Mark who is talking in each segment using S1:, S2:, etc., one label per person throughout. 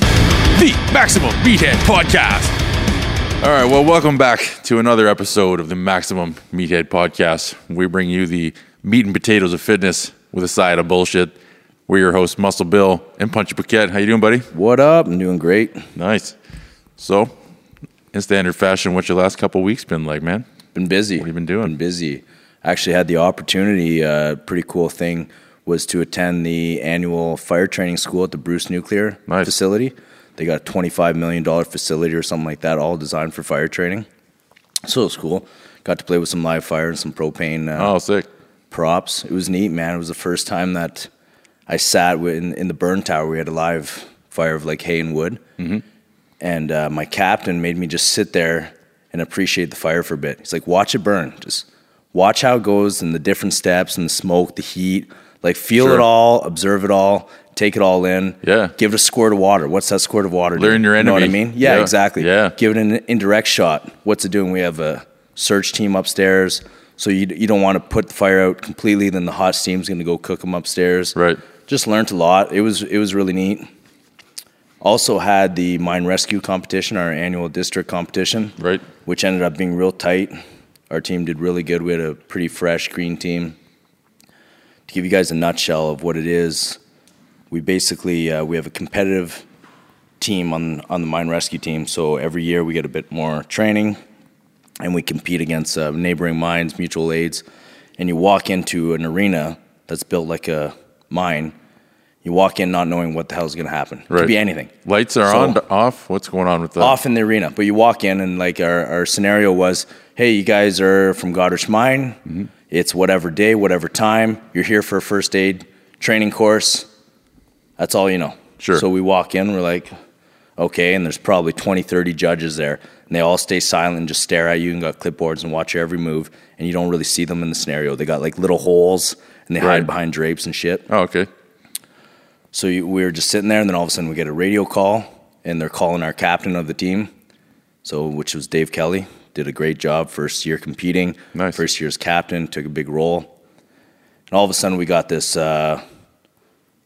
S1: the Maximum Meathead Podcast.
S2: All right, well, welcome back to another episode of the Maximum Meathead Podcast. We bring you the meat and potatoes of fitness with a side of bullshit. We're your hosts, Muscle Bill and Punchy Paquette. How you doing, buddy?
S3: What up? I'm doing great.
S2: Nice. So, in standard fashion, what's your last couple weeks been like, man?
S3: Been busy. What
S2: you been doing?
S3: Been busy. Actually, had the opportunity. Uh, pretty cool thing was to attend the annual fire training school at the Bruce Nuclear
S2: Nice.
S3: facility. They got a $25 million facility or something like that, all designed for fire training. So it was cool. Got to play with some live fire and some propane uh,
S2: Oh, sick.
S3: props. It was neat, man. It was the first time that I sat wi- in, in the burn tower. We had a live fire of like hay and wood.
S2: Mm-hmm.
S3: And uh, my captain made me just sit there and appreciate the fire for a bit. He's like, watch it burn. Just watch how it goes and the different steps and the smoke, the heat. Like, feel
S2: Sure.
S3: it all, observe it all, take it all in.
S2: Yeah.
S3: Give it a squirt of water. What's that squirt of water?
S2: Learn
S3: do?
S2: your
S3: You know what I
S2: enemy.
S3: mean? Yeah,
S2: Yeah.
S3: exactly.
S2: Yeah.
S3: Give it an indirect shot. What's it doing? We have a search team upstairs, so you you don't want to put the fire out completely. Then the hot steam's going to go cook them upstairs.
S2: Right.
S3: Just learned a lot. It was it was really neat. Also had the mine rescue competition, our annual district competition.
S2: Right.
S3: Which ended up being real tight. Our team did really good. We had a pretty fresh green team. To give you guys a nutshell of what it is, we basically uh, we have a competitive team on on the mine rescue team. So every year we get a bit more training, and we compete against uh, neighboring mines, mutual aids. And you walk into an arena that's built like a mine. You walk in not knowing what the hell is going to happen. It
S2: Right.
S3: could be anything
S2: Lights are
S3: So-
S2: on, off. What's going on with that?
S3: off in the arena. But you walk in, and like our, our scenario was, hey, you guys are from Goderich Mine.
S2: Mm-hmm.
S3: It's whatever day, whatever time. You're here for a first aid training course. That's all you know.
S2: Sure.
S3: So we walk in, we're like, okay, and there's probably 20, 30 judges there, and they all stay silent and just stare at you and got clipboards and watch your every move, and you don't really see them in the scenario. They got like little holes and they
S2: Right.
S3: hide behind drapes and shit.
S2: Oh, okay.
S3: So you, we were just sitting there, and then all of a sudden we get a radio call, and they're calling our captain of the team, so which was Dave Kelly. Did a great job first year competing.
S2: Nice.
S3: First year as captain, took a big role. And all of a sudden we got this uh,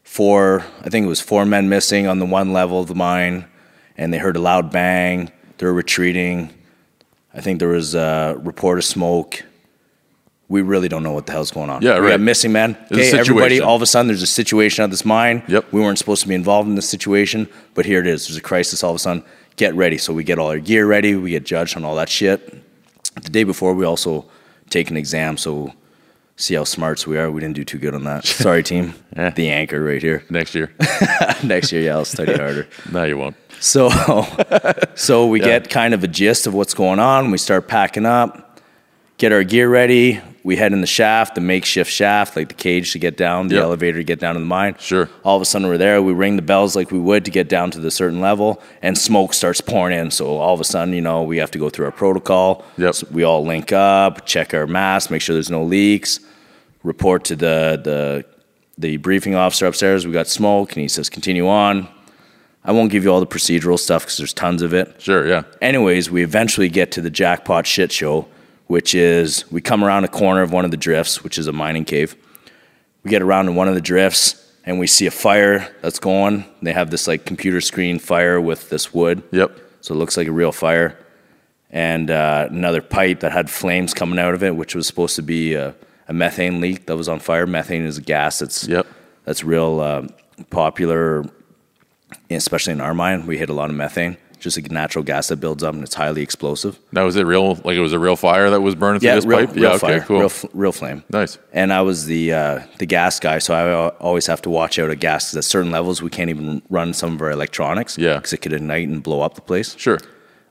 S3: four, I think it was four men missing on the one level of the mine, and they heard a loud bang. They're retreating. I think there was a report of smoke. We really don't know what the hell's going on.
S2: Yeah,
S3: We got
S2: right.
S3: missing men.
S2: There's a
S3: Okay, everybody,
S2: situation.
S3: all of a sudden there's a situation at this mine.
S2: Yep.
S3: We weren't supposed to be involved in this situation, but here it is. There's a crisis all of a sudden. Get ready. So we get all our gear ready. We get judged on all that shit. The day before, we also take an exam. So see how smarts we are. We didn't do too good on that. Sorry, team.
S2: Yeah.
S3: The anchor right here.
S2: Next year.
S3: Next year, yeah, I'll study harder.
S2: no, you won't.
S3: So, so we get kind of a gist of what's going on. We start packing up, get our gear ready. We head in the shaft, the makeshift shaft, like the cage to get down, the
S2: Yep.
S3: elevator to get down to the mine.
S2: Sure.
S3: All of a sudden, we're there. We ring the bells like we would to get down to the certain level, and smoke starts pouring in. So all of a sudden, you know, we have to go through our protocol.
S2: Yep.
S3: So we all link up, check our masks, make sure there's no leaks, report to the the the briefing officer upstairs. We got smoke, and he says continue on. I won't give you all the procedural stuff because there's tons of it.
S2: Sure, yeah.
S3: Anyways, we eventually get to the jackpot shit show, which is we come around a corner of one of the drifts, which is a mining cave. We get around to one of the drifts and we see a fire that's going. They have this like computer screen fire with this wood.
S2: Yep.
S3: So it looks like a real fire. And uh, another pipe that had flames coming out of it, which was supposed to be a, a methane leak that was on fire. Methane is a gas that's
S2: Yep.
S3: that's real um, popular, especially in our mine. We hit a lot of methane, just a natural gas that builds up and it's highly explosive.
S2: Now, was it real? Like, it was a real fire that was burning
S3: Yeah,
S2: through this
S3: real,
S2: pipe?
S3: real
S2: yeah,
S3: fire,
S2: okay, cool.
S3: real, f- real flame.
S2: nice.
S3: And I was the uh, the gas guy, so I al- always have to watch out at gas 'cause at certain levels we can't even run some of our electronics.
S2: Yeah.
S3: because it could ignite and blow up the place.
S2: Sure.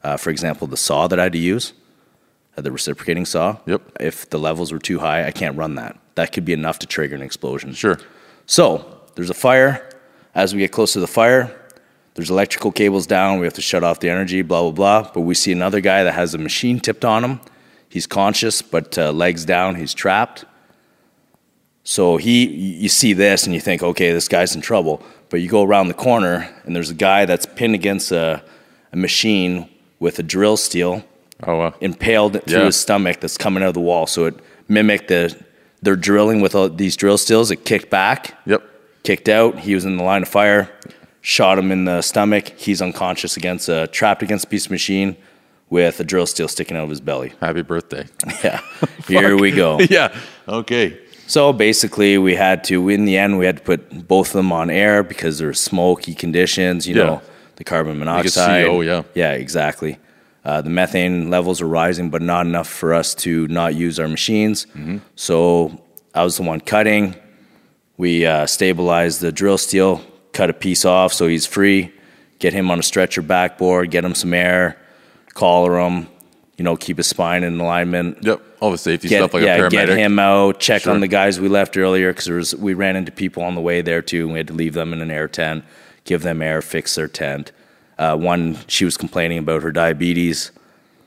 S3: Uh, for example, the saw that I had to use, uh, the reciprocating saw.
S2: Yep.
S3: If the levels were too high, I can't run that. That could be enough to trigger an explosion.
S2: Sure.
S3: So there's a fire. As we get close to the fire, there's electrical cables down. We have to shut off the energy, blah, blah, blah. But we see another guy that has a machine tipped on him. He's conscious, but uh, legs down, he's trapped. So he, you see this and you think, okay, this guy's in trouble. But you go around the corner and there's a guy that's pinned against a, a machine with a drill steel
S2: Oh, wow.
S3: impaled through
S2: Yeah.
S3: his stomach that's coming out of the wall. So it mimicked the, they're drilling with all these drill stills. It kicked back
S2: Yep.
S3: kicked out. He was in the line of fire. shot him in the stomach. He's unconscious against a trapped against a piece of machine with a drill steel sticking out of his belly.
S2: Happy birthday.
S3: Yeah. Here we go.
S2: yeah. Okay.
S3: So basically, we had to, in the end, we had to put both of them on air because there were smoky conditions, you
S2: Yeah.
S3: know, the carbon
S2: could see,
S3: monoxide.
S2: oh, yeah.
S3: Yeah, exactly. Uh, the methane levels are rising, but not enough for us to not use our machines.
S2: Mm-hmm.
S3: So I was the one cutting. We uh, stabilized the drill steel, cut a piece off so he's free, get him on a stretcher backboard, get him some air, collar him, you know, keep his spine in alignment
S2: Yep. All the safety
S3: get,
S2: stuff like
S3: yeah,
S2: a paramedic.
S3: get him out. Check
S2: Sure.
S3: on the guys we left earlier because we ran into people on the way there too, and we had to leave them in an air tent, give them air, fix their tent. Uh, one, she was complaining about her diabetes,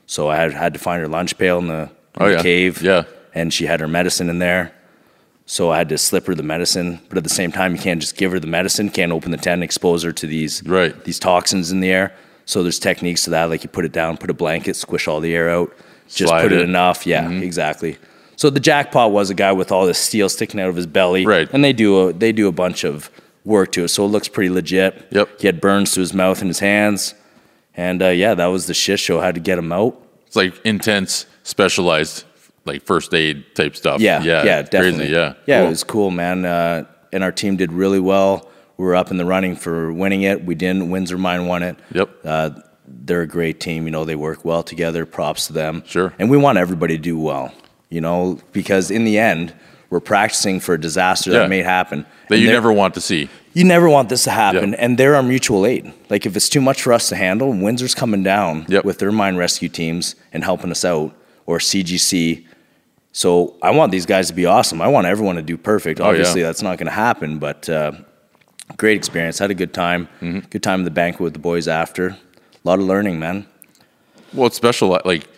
S3: so I had, had to find her lunch pail in the, in
S2: Oh,
S3: the
S2: yeah.
S3: cave.
S2: Yeah.
S3: and she had her medicine in there, so I had to slip her the medicine. But at the same time, you can't just give her the medicine. Can't open the tent, and expose her to these
S2: Right.
S3: these toxins in the air. So there's techniques to that, like you put it down, put a blanket, squish all the air out, just
S2: Slide
S3: put it,
S2: it.
S3: enough. Yeah,
S2: Mm-hmm.
S3: exactly. So the jackpot was a guy with all this steel sticking out of his belly,
S2: Right.
S3: And they do a they do a bunch of work to it, so it looks pretty legit.
S2: Yep.
S3: He had burns to his mouth and his hands, and uh, yeah, that was the shit show. How to get him out?
S2: It's like intense, specialized, like first aid type stuff.
S3: Yeah,
S2: Yeah.
S3: yeah,
S2: it's
S3: definitely.
S2: Crazy. Yeah.
S3: yeah,
S2: Cool.
S3: it was cool, man. Uh, and our team did really well. We were up in the running for winning it. We didn't. Windsor Mine won it.
S2: Yep.
S3: Uh, they're a great team. You know, they work well together. Props to them.
S2: Sure.
S3: And we want everybody to do well. You know, because in the end, we're practicing for a disaster
S2: Yeah.
S3: that may happen.
S2: that
S3: And
S2: you
S3: they're-
S2: never want to see.
S3: you never want this to happen.
S2: Yeah.
S3: And they're our mutual aid. Like if it's too much for us to handle, and Windsor's coming down
S2: Yep.
S3: with their mine rescue teams and helping us out, or CGC. So I want these guys to be awesome. I want everyone to do perfect.
S2: Oh, yeah.
S3: Obviously, that's not going to happen, but uh, great experience. Had a good time.
S2: Mm-hmm.
S3: Good time at the banquet with the boys after. A lot of learning, man.
S2: Well, it's special. Like,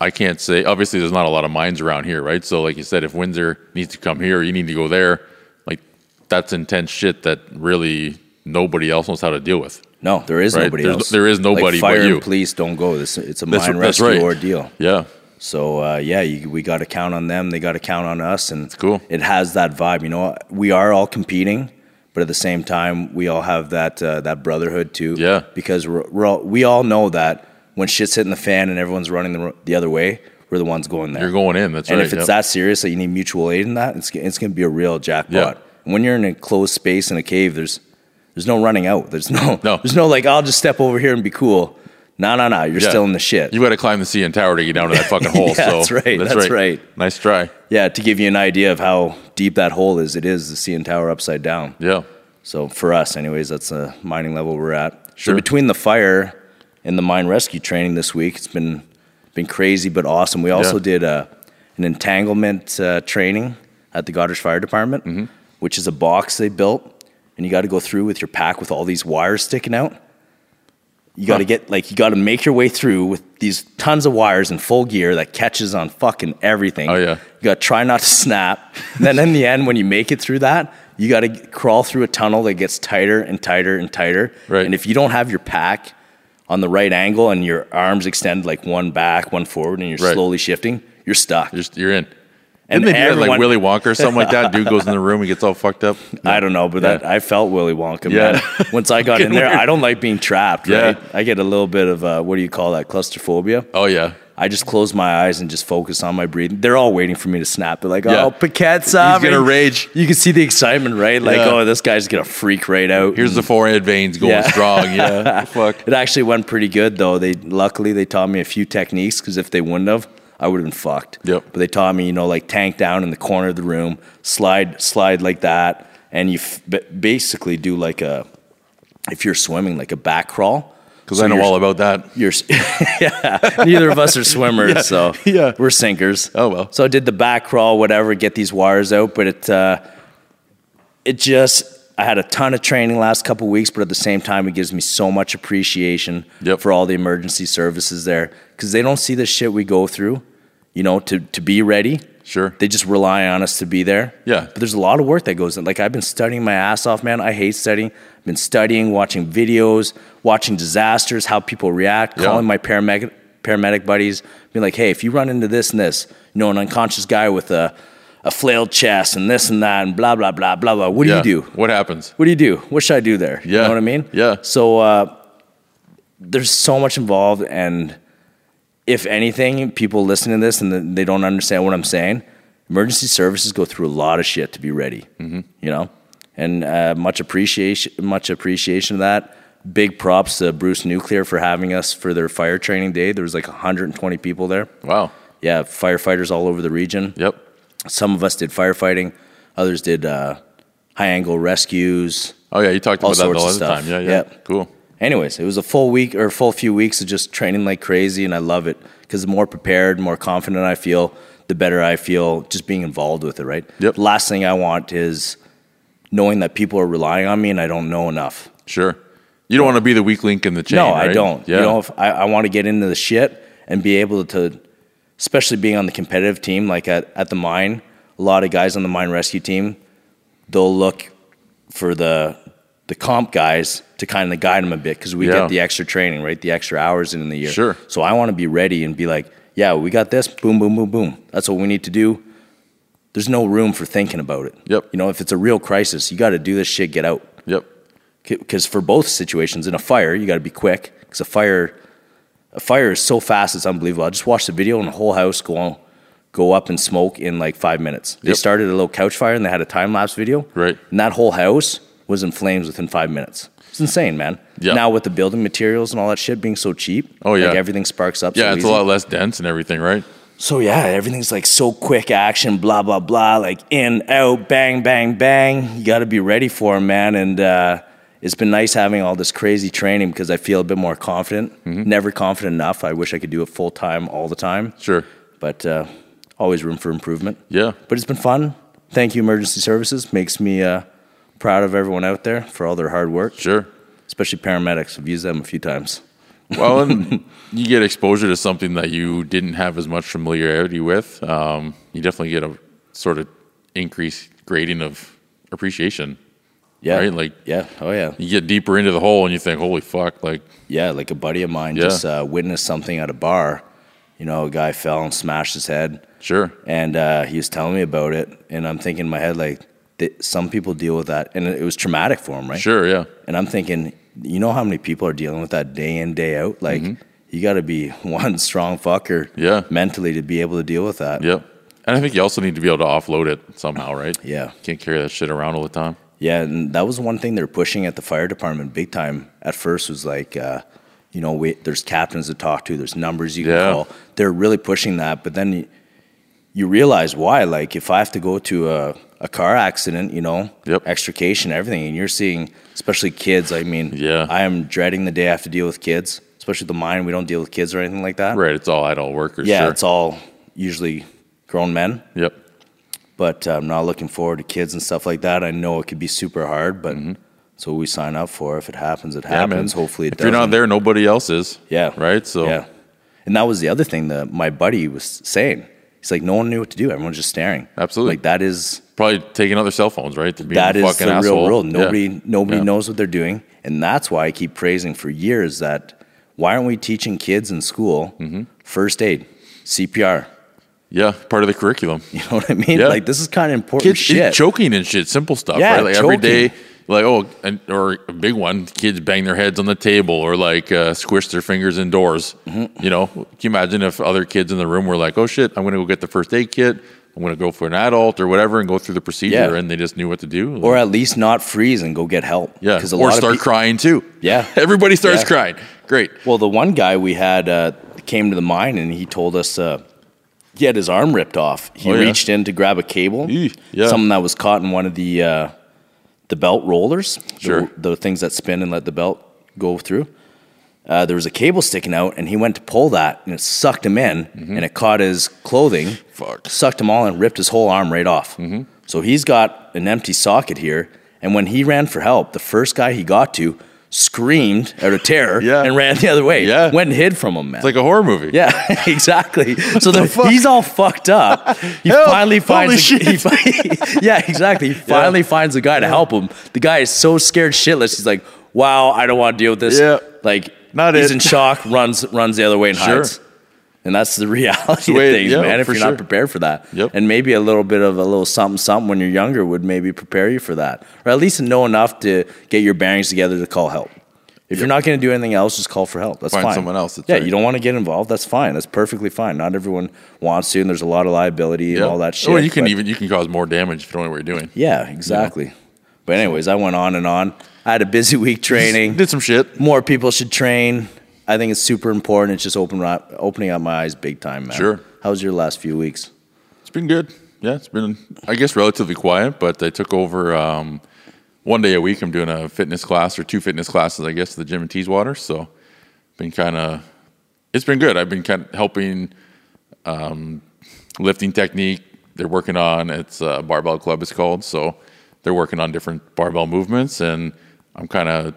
S2: I can't say. Obviously, there's not a lot of mines around here, right? So, like you said, if Windsor needs to come here, you need to go there. Like, that's intense shit that really nobody else knows how to deal with.
S3: No, there is
S2: Right.
S3: nobody
S2: There's-
S3: else.
S2: there is nobody
S3: Like, fire
S2: but you.
S3: And police don't go. This it's a
S2: That's-
S3: mine
S2: that's
S3: rescue
S2: right.
S3: ordeal.
S2: Yeah.
S3: So uh, yeah, you, we got to count on them. They got to count on us, and
S2: cool.
S3: It has that vibe, you know. We are all competing, but at the same time, we all have that uh, that brotherhood too.
S2: Yeah.
S3: because we're, we're all, we all know that when shit's hitting the fan and everyone's running the, r- the other way, we're the ones going there.
S2: You're going in. That's
S3: and
S2: right.
S3: if it's
S2: yep.
S3: that serious that you need mutual aid in that, it's it's gonna be a real jackpot.
S2: Yeah.
S3: When you're in a closed space in a cave, there's there's no running out. There's no,
S2: No.
S3: there's no like I'll just step over here and be cool. No, no, no. You're
S2: Yeah.
S3: still in the shit.
S2: you got to climb the CN Tower to get down to that fucking hole.
S3: Yeah,
S2: so
S3: that's right, that's right.
S2: Nice try.
S3: yeah, to give you an idea of how deep that hole is, it is the CN Tower upside down.
S2: Yeah.
S3: So for us, anyways, that's the mining level we're at.
S2: Sure.
S3: So between the fire and the mine rescue training this week, it's been been crazy but awesome. We also
S2: Yeah.
S3: did uh an entanglement uh, training at the Goddard Fire Department,
S2: Mm-hmm.
S3: which is a box they built, and you got to go through with your pack with all these wires sticking out. You got to
S2: Huh.
S3: get like you got to make your way through with these tons of wires in full gear that catches on fucking everything.
S2: Oh, yeah.
S3: You got to try not to snap. And then in the end, when you make it through that, you got to crawl through a tunnel that gets tighter and tighter and tighter.
S2: Right.
S3: And if you don't have your pack on the right angle and your arms extend like one back, one forward, and you're
S2: Right.
S3: slowly shifting, you're stuck.
S2: You're, you're in.
S3: And
S2: Didn't they do that, like
S3: everyone-
S2: Willy Wonka or something like that? Dude goes in the room and gets all fucked up.
S3: I don't know, but that I felt Willy Wonka.
S2: Yeah.
S3: Man. Once I got in there,
S2: Fucking
S3: I don't like being trapped.
S2: Yeah.
S3: Right. I get a little bit of uh, what do you call that? Claustrophobia.
S2: Oh yeah.
S3: I just close my eyes and just focus on my breathing. They're all waiting for me to snap. They're like,
S2: Yeah.
S3: oh, Paquette's up.
S2: gonna
S3: and
S2: rage.
S3: You can see the excitement, right? Like,
S2: Yeah.
S3: oh, this guy's going to freak right out.
S2: Here's the forehead veins going
S3: Yeah.
S2: strong. Yeah. Fuck.
S3: it actually went pretty good, though. They Luckily, they taught me a few techniques because if they wouldn't have, I would have been fucked.
S2: Yep.
S3: But they taught me, you know, like tank down in the corner of the room, slide, slide like that. And you f- ba- basically do like a, if you're swimming, like a back crawl.
S2: Because I know all about that.
S3: You're, s- yeah. Neither of us are swimmers, so
S2: yeah.
S3: we're sinkers.
S2: Oh, well.
S3: So I did the back crawl, whatever, get these wires out, but it uh, it just I had a ton of training last couple weeks, but at the same time, it gives me so much appreciation
S2: Yep.
S3: for all the emergency services there because they don't see the shit we go through, you know, to to be ready.
S2: Sure.
S3: They just rely on us to be there.
S2: Yeah.
S3: But there's a lot of work that goes in. Like I've been studying my ass off, man. I hate studying. I've been studying, watching videos, watching disasters, how people react,
S2: Yeah.
S3: calling my paramedic paramedic buddies, being like, hey, if you run into this and this, you know, an unconscious guy with a a flailed chest and this and that and blah blah blah blah blah. What do
S2: Yeah.
S3: you do?
S2: What happens?
S3: What do you do? What should I do there? You
S2: Yeah.
S3: know what I mean?
S2: Yeah.
S3: So uh, there's so much involved, and if anything, people listening to this and they don't understand what I'm saying, emergency services go through a lot of shit to be ready. Mm-hmm. You know, and uh, much appreciation, much appreciation of that. Big props to Bruce Nuclear for having us for their fire training day. There was like 120 people there.
S2: Wow.
S3: Yeah, firefighters all over the region
S2: Yep.
S3: some of us did firefighting, others did uh, high angle rescues.
S2: Oh yeah, you talked
S3: All
S2: about that all
S3: sorts
S2: the
S3: of
S2: other
S3: stuff.
S2: time. Yeah, yeah.
S3: Yep.
S2: Cool.
S3: Anyways, it was a full week or a full few weeks of just training like crazy, and I love it because the more prepared, more confident I feel, the better I feel just being involved with it, right?
S2: Yep.
S3: Last thing I want is knowing that people are relying on me and I don't know enough.
S2: Sure. You don't want to be the weak link in the chain.
S3: No, I
S2: right?
S3: don't.
S2: Yeah.
S3: You know, if I, I want to get into the shit and be able to, especially being on the competitive team, like at, at the mine, a lot of guys on the mine rescue team, they'll look for the the comp guys to kind of guide them a bit because we
S2: Yeah.
S3: get the extra training, right? The extra hours in the year.
S2: Sure.
S3: So I want to be ready and be like, yeah, we got this. Boom, boom, boom, boom. That's what we need to do. There's no room for thinking about it.
S2: Yep.
S3: You know, if it's a real crisis, you got to do this shit, get out
S2: yep.
S3: because for both situations in a fire you got to be quick because a fire a fire is so fast it's unbelievable i just watched the video and the whole house go on, go up in smoke in like five minutes they
S2: Yep.
S3: started a little couch fire and they had a time lapse video
S2: Right.
S3: and that whole house was in flames within five minutes it's insane man
S2: Yeah.
S3: now with the building materials and all that shit being so cheap
S2: Oh, yeah.
S3: like everything sparks up
S2: Yeah,
S3: so
S2: it's
S3: easy.
S2: a lot less dense and everything, right?
S3: So yeah, everything's like so quick action, blah blah blah, like in out, bang bang bang. You got to be ready for 'em, man. And uh, it's been nice having all this crazy training because I feel a bit more confident.
S2: Mm-hmm.
S3: Never confident enough. I wish I could do it full time all the time,
S2: Sure.
S3: but uh, always room for improvement.
S2: Yeah.
S3: But it's been fun. Thank you, Emergency Services. Makes me uh, proud of everyone out there for all their hard work,
S2: Sure.
S3: especially paramedics. I've used them a few times.
S2: Well, and you get exposure to something that you didn't have as much familiarity with. Um, you definitely get a sort of increased grading of appreciation.
S3: Yeah.
S2: Right, like-
S3: yeah. Oh yeah.
S2: You get deeper into the hole and you think, "Holy fuck!" Like,
S3: Yeah, like a buddy of mine
S2: Yeah.
S3: just uh, witnessed something at a bar. You know, a guy fell and smashed his head,
S2: sure,
S3: and uh, he was telling me about it. And I'm thinking in my head, like, th- some people deal with that, and it it was traumatic for him, right?
S2: sure, yeah,
S3: And I'm thinking, you know how many people are dealing with that day in, day out? Like, you got to be one strong fucker
S2: Mm-hmm. Yeah.
S3: mentally to be able to deal with that.
S2: yep. And I think you also need to be able to offload it somehow, right?
S3: Yeah.
S2: Can't carry that shit around all the time.
S3: Yeah, and that was one thing they're pushing at the fire department big time. At first was like, uh, you know, we, there's captains to talk to, there's numbers you can
S2: Yeah.
S3: call. They're really pushing that, but then you, you realize why. Like, if I have to go to a, a car accident, you know,
S2: Yep.
S3: extrication, everything, and you're seeing, especially kids. I mean,
S2: Yeah.
S3: I am dreading the day I have to deal with kids, especially the mine. We don't deal with kids or anything like that.
S2: Right? It's all adult workers.
S3: Yeah,
S2: sure.
S3: it's all usually grown men
S2: Yep.
S3: but I'm not looking forward to kids and stuff like that. I know it could be super hard, but it's what we sign up for. If it happens, it
S2: Mm-hmm. Yeah, man.
S3: happens. Hopefully, it
S2: if you're not
S3: doesn't.
S2: there, nobody else is.
S3: yeah,
S2: Right. So
S3: yeah, and that was the other thing that my buddy was saying. He's like, no one knew what to do. Everyone's just staring.
S2: Absolutely.
S3: like that is
S2: probably taking other cell phones, right? To be
S3: that
S2: a
S3: is
S2: fucking
S3: the
S2: asshole.
S3: real world.
S2: Yeah.
S3: Nobody nobody
S2: Yeah.
S3: knows what they're doing, and that's why I keep praising for years that why aren't we teaching kids in school
S2: Mm-hmm.
S3: first aid, CPR?
S2: Yeah, part of the curriculum.
S3: You know what I mean?
S2: Yeah.
S3: Like this is kind of important
S2: kids
S3: shit.
S2: choking and shit, simple stuff.
S3: Yeah,
S2: right? Like every
S3: choking.
S2: day, like oh, and, or a big one, kids bang their heads on the table or like uh, squish their fingers in doors.
S3: Mm-hmm.
S2: You know, can you imagine if other kids in the room were like, oh shit, I'm gonna go get the first aid kit. I'm gonna go for an adult or whatever and go through the procedure,
S3: Yeah.
S2: and they just knew what to do.
S3: or at least not freeze and go get help.
S2: yeah,
S3: because a
S2: or
S3: lot
S2: start
S3: of peop-
S2: crying too.
S3: Yeah.
S2: everybody starts
S3: Yeah.
S2: crying. Great.
S3: Well, the one guy we had uh, came to the mine and he told us uh, he had his arm ripped off. He
S2: Oh, yeah.
S3: reached in to grab a cable,
S2: Eeh, yeah.
S3: something that was caught in one of the uh, the belt rollers, the-
S2: Sure.
S3: the, things that spin and let the belt go through. Uh, there was a cable sticking out, and he went to pull that, and it sucked him in,
S2: Mm-hmm.
S3: and it caught his clothing,
S2: Fuck.
S3: sucked him all, and ripped his whole arm right off.
S2: Mm-hmm.
S3: So he's got an empty socket here, and when he ran for help, the first guy he got to screamed out of terror
S2: Yeah.
S3: and ran the other way.
S2: Yeah.
S3: Went and hid from him, man.
S2: It's like a horror movie.
S3: yeah, exactly. So the
S2: fuck?
S3: he's all fucked up. He
S2: Help!
S3: finally finds.
S2: Holy
S3: a- he fi- yeah, exactly. He finally finds a guy to help him. The guy is so scared shitless. He's like, "Wow, I don't want to deal with this."
S2: Yeah.
S3: Like,
S2: Not
S3: he's
S2: it.
S3: in shock. Runs, runs the other way and
S2: Sure.
S3: hides. And that's the reality
S2: the way it-
S3: of things,
S2: yeah,
S3: man. If
S2: for
S3: you're
S2: sure.
S3: not prepared for that,
S2: Yep.
S3: and maybe a little bit of a little something something when you're younger would maybe prepare you for that, or at least know enough to get your bearings together to call help. If you're not going to do anything else, just call for help. That's
S2: Find
S3: fine.
S2: someone else, that's
S3: Yeah,
S2: right.
S3: you don't want to get involved. That's fine. That's perfectly fine. Not everyone wants to, and there's a lot of liability
S2: Yeah.
S3: and all that shit.
S2: Well, you can
S3: but-
S2: even you can cause more damage if you don't know what you're doing.
S3: yeah, exactly. But anyways, I went on and on. I had a busy week training.
S2: Did some shit.
S3: More people should train. I think it's super important. It's just open ri- opening up my eyes big time, man.
S2: Sure.
S3: How was your last few weeks?
S2: It's been good. Yeah, it's been I guess relatively quiet, but I took over um, one day a week. I'm doing a fitness class or two fitness classes, I guess, at the gym in Teeswater. So been kind of it's been good. I've been kind of helping um, lifting technique. They're working on it's uh, barbell club. It's called so they're working on different barbell movements, and I'm kind of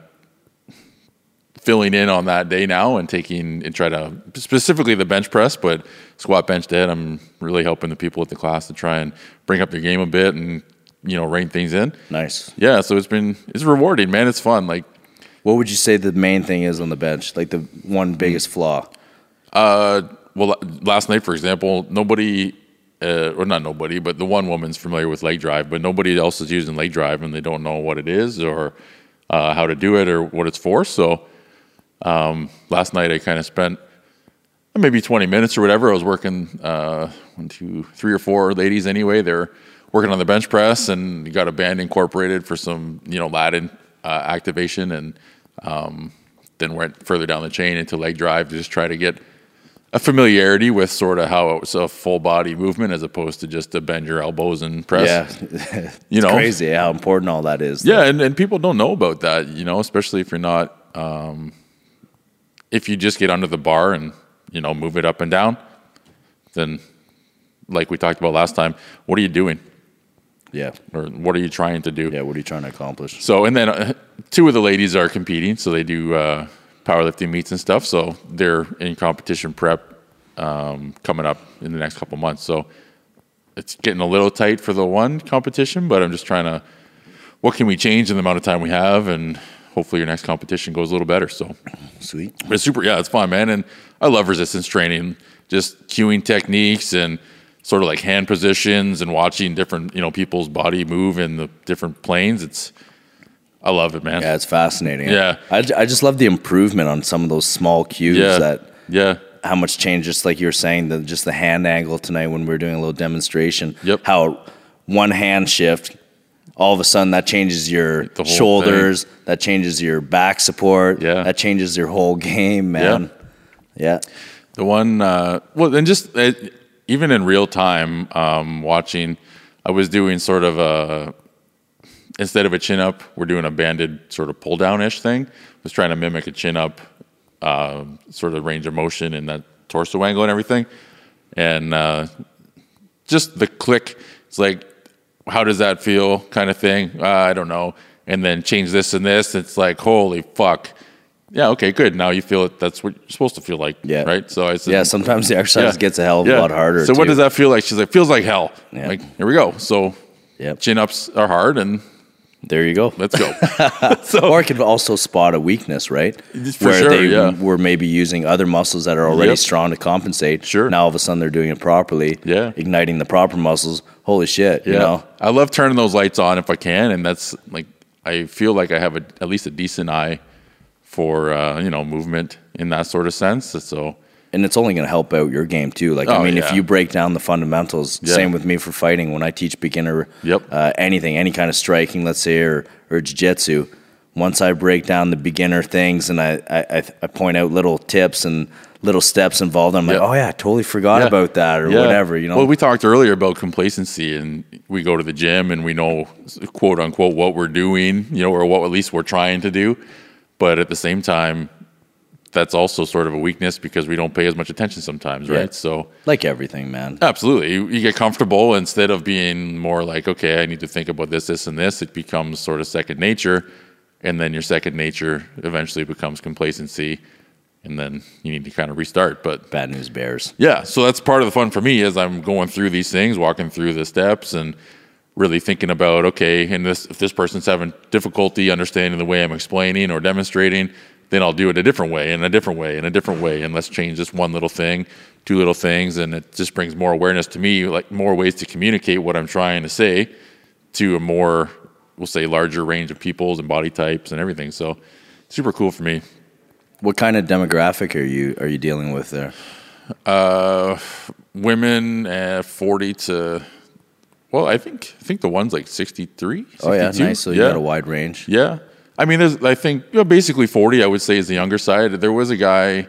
S2: filling in on that day now and taking and try to specifically the bench press, but squat bench dead. I'm really helping the people at the class to try and bring up their game a bit and you know rein things in.
S3: Nice.
S2: Yeah, so it's been it's rewarding, man. It's fun. Like
S3: What would you say the main thing is on the bench? Like the one biggest flaw?
S2: uh, well, last night, for example, nobody, uh, or not nobody, but the one woman's familiar with leg drive, but nobody else is using leg drive and they don't know what it is or uh, how to do it or what it's for. So um, last night I kind of spent uh, maybe 20 minutes or whatever. I was working uh, one, two, three or four ladies anyway. They're working on the bench press and got a band incorporated for some, you know, Latin uh, activation and um, then went further down the chain into leg drive to just try to get a familiarity with sort of how it's a full body movement as opposed to just to bend your elbows and press.
S3: Yeah.
S2: you know,
S3: Crazy how important all that is.
S2: yeah, and, and people don't know about that, you know, especially if you're not, um, if you just get under the bar and, you know, move it up and down, then like we talked about last time, what are you doing
S3: Yeah.
S2: or what are you trying to do?
S3: Yeah. What are you trying to accomplish?
S2: So, and then uh, two of the ladies are competing, so they do uh, powerlifting meets and stuff. So they're in competition prep um, coming up in the next couple months. So it's getting a little tight for the one competition, but I'm just trying to what can we change in the amount of time we have, and hopefully your next competition goes a little better. So
S3: Sweet.
S2: but it's super, yeah, it's fun, man. And I love resistance training, just cueing techniques and sort of like hand positions and watching different, you know, people's body move in the different planes. It's, I love it, man.
S3: Yeah. It's fascinating.
S2: Yeah.
S3: I, j- I just love the improvement on some of those small cues
S2: yeah.
S3: that
S2: yeah.
S3: how much change, just like you were saying, the, just the hand angle tonight when we were doing a little demonstration.
S2: Yep.
S3: How one hand shift, all of a sudden that changes your
S2: The whole
S3: shoulders, that changes your back support,
S2: Yeah.
S3: that changes your whole game, man. Yeah.
S2: The one, uh, well, then just uh, even in real time, um, watching, I was doing sort of a, instead of a chin up, we're doing a banded sort of pull down ish thing. I was trying to mimic a chin up uh, sort of range of motion and that torso angle and everything. And uh, just the click, it's like, how does that feel kind of thing? Uh, I don't know. And then change this and this. It's like, holy fuck. Yeah, okay, good. Now you feel it. That's what you're supposed to feel like.
S3: Yeah.
S2: Right. So I said,
S3: Yeah. Sometimes the exercise gets a hell of
S2: Yeah.
S3: a lot harder.
S2: So what
S3: too.
S2: does that feel like? She's like, feels like hell.
S3: Yeah.
S2: Like here we go. So
S3: Yep.
S2: chin ups are hard, and
S3: There you go.
S2: let's go.
S3: or it could also spot a weakness, right?
S2: For
S3: Where
S2: sure,
S3: they
S2: yeah.
S3: were maybe using other muscles that are already
S2: Yep.
S3: strong to compensate.
S2: Sure.
S3: Now all of a sudden they're doing it properly.
S2: Yeah.
S3: Igniting the proper muscles. Holy shit. You know?
S2: I love turning those lights on if I can, and that's like I feel like I have a, at least a decent eye for uh, you know movement in that sort of sense. So
S3: and it's only going to help out your game too. Like,
S2: Oh,
S3: I mean, if
S2: yeah.
S3: you break down the fundamentals,
S2: Yeah.
S3: same with me for fighting. When I teach beginner
S2: Yep.
S3: uh, anything, any kind of striking, let's say, or, or jiu-jitsu, once I break down the beginner things and I, I, I- I point out little tips and little steps involved, I'm
S2: Yep.
S3: like, oh yeah, I totally forgot
S2: Yeah.
S3: about that or
S2: Yeah.
S3: whatever, you know?
S2: Well, we talked earlier about complacency, and we go to the gym and we know, quote unquote, what we're doing, you know, or what at least we're trying to do. But at the same time, that's also sort of a weakness because we don't pay as much attention sometimes,
S3: Yeah.
S2: right? So,
S3: like everything, man.
S2: absolutely, you, you get comfortable instead of being more like, okay, I need to think about this, this, and this. It becomes sort of second nature, and then your second nature eventually becomes complacency, and then you need to kind of restart. But
S3: Bad news bears.
S2: yeah, so that's part of the fun for me is I'm going through these things, walking through the steps, and really thinking about okay, and this if this person's having difficulty understanding the way I'm explaining or demonstrating, then I'll do it a different way and a different way and a different way. And let's change this one little thing, two little things. And it just brings more awareness to me, like more ways to communicate what I'm trying to say to a more, we'll say, larger range of peoples and body types and everything. So super cool for me.
S3: What kind of demographic are you are you dealing with there?
S2: Women, uh, 40 to, well, I think, I think the one's like 63.
S3: Oh yeah,
S2: 62.
S3: nice. So you got a wide range.
S2: Yeah. I mean, there's, I think, you know, basically 40, I would say, is the younger side. There was a guy,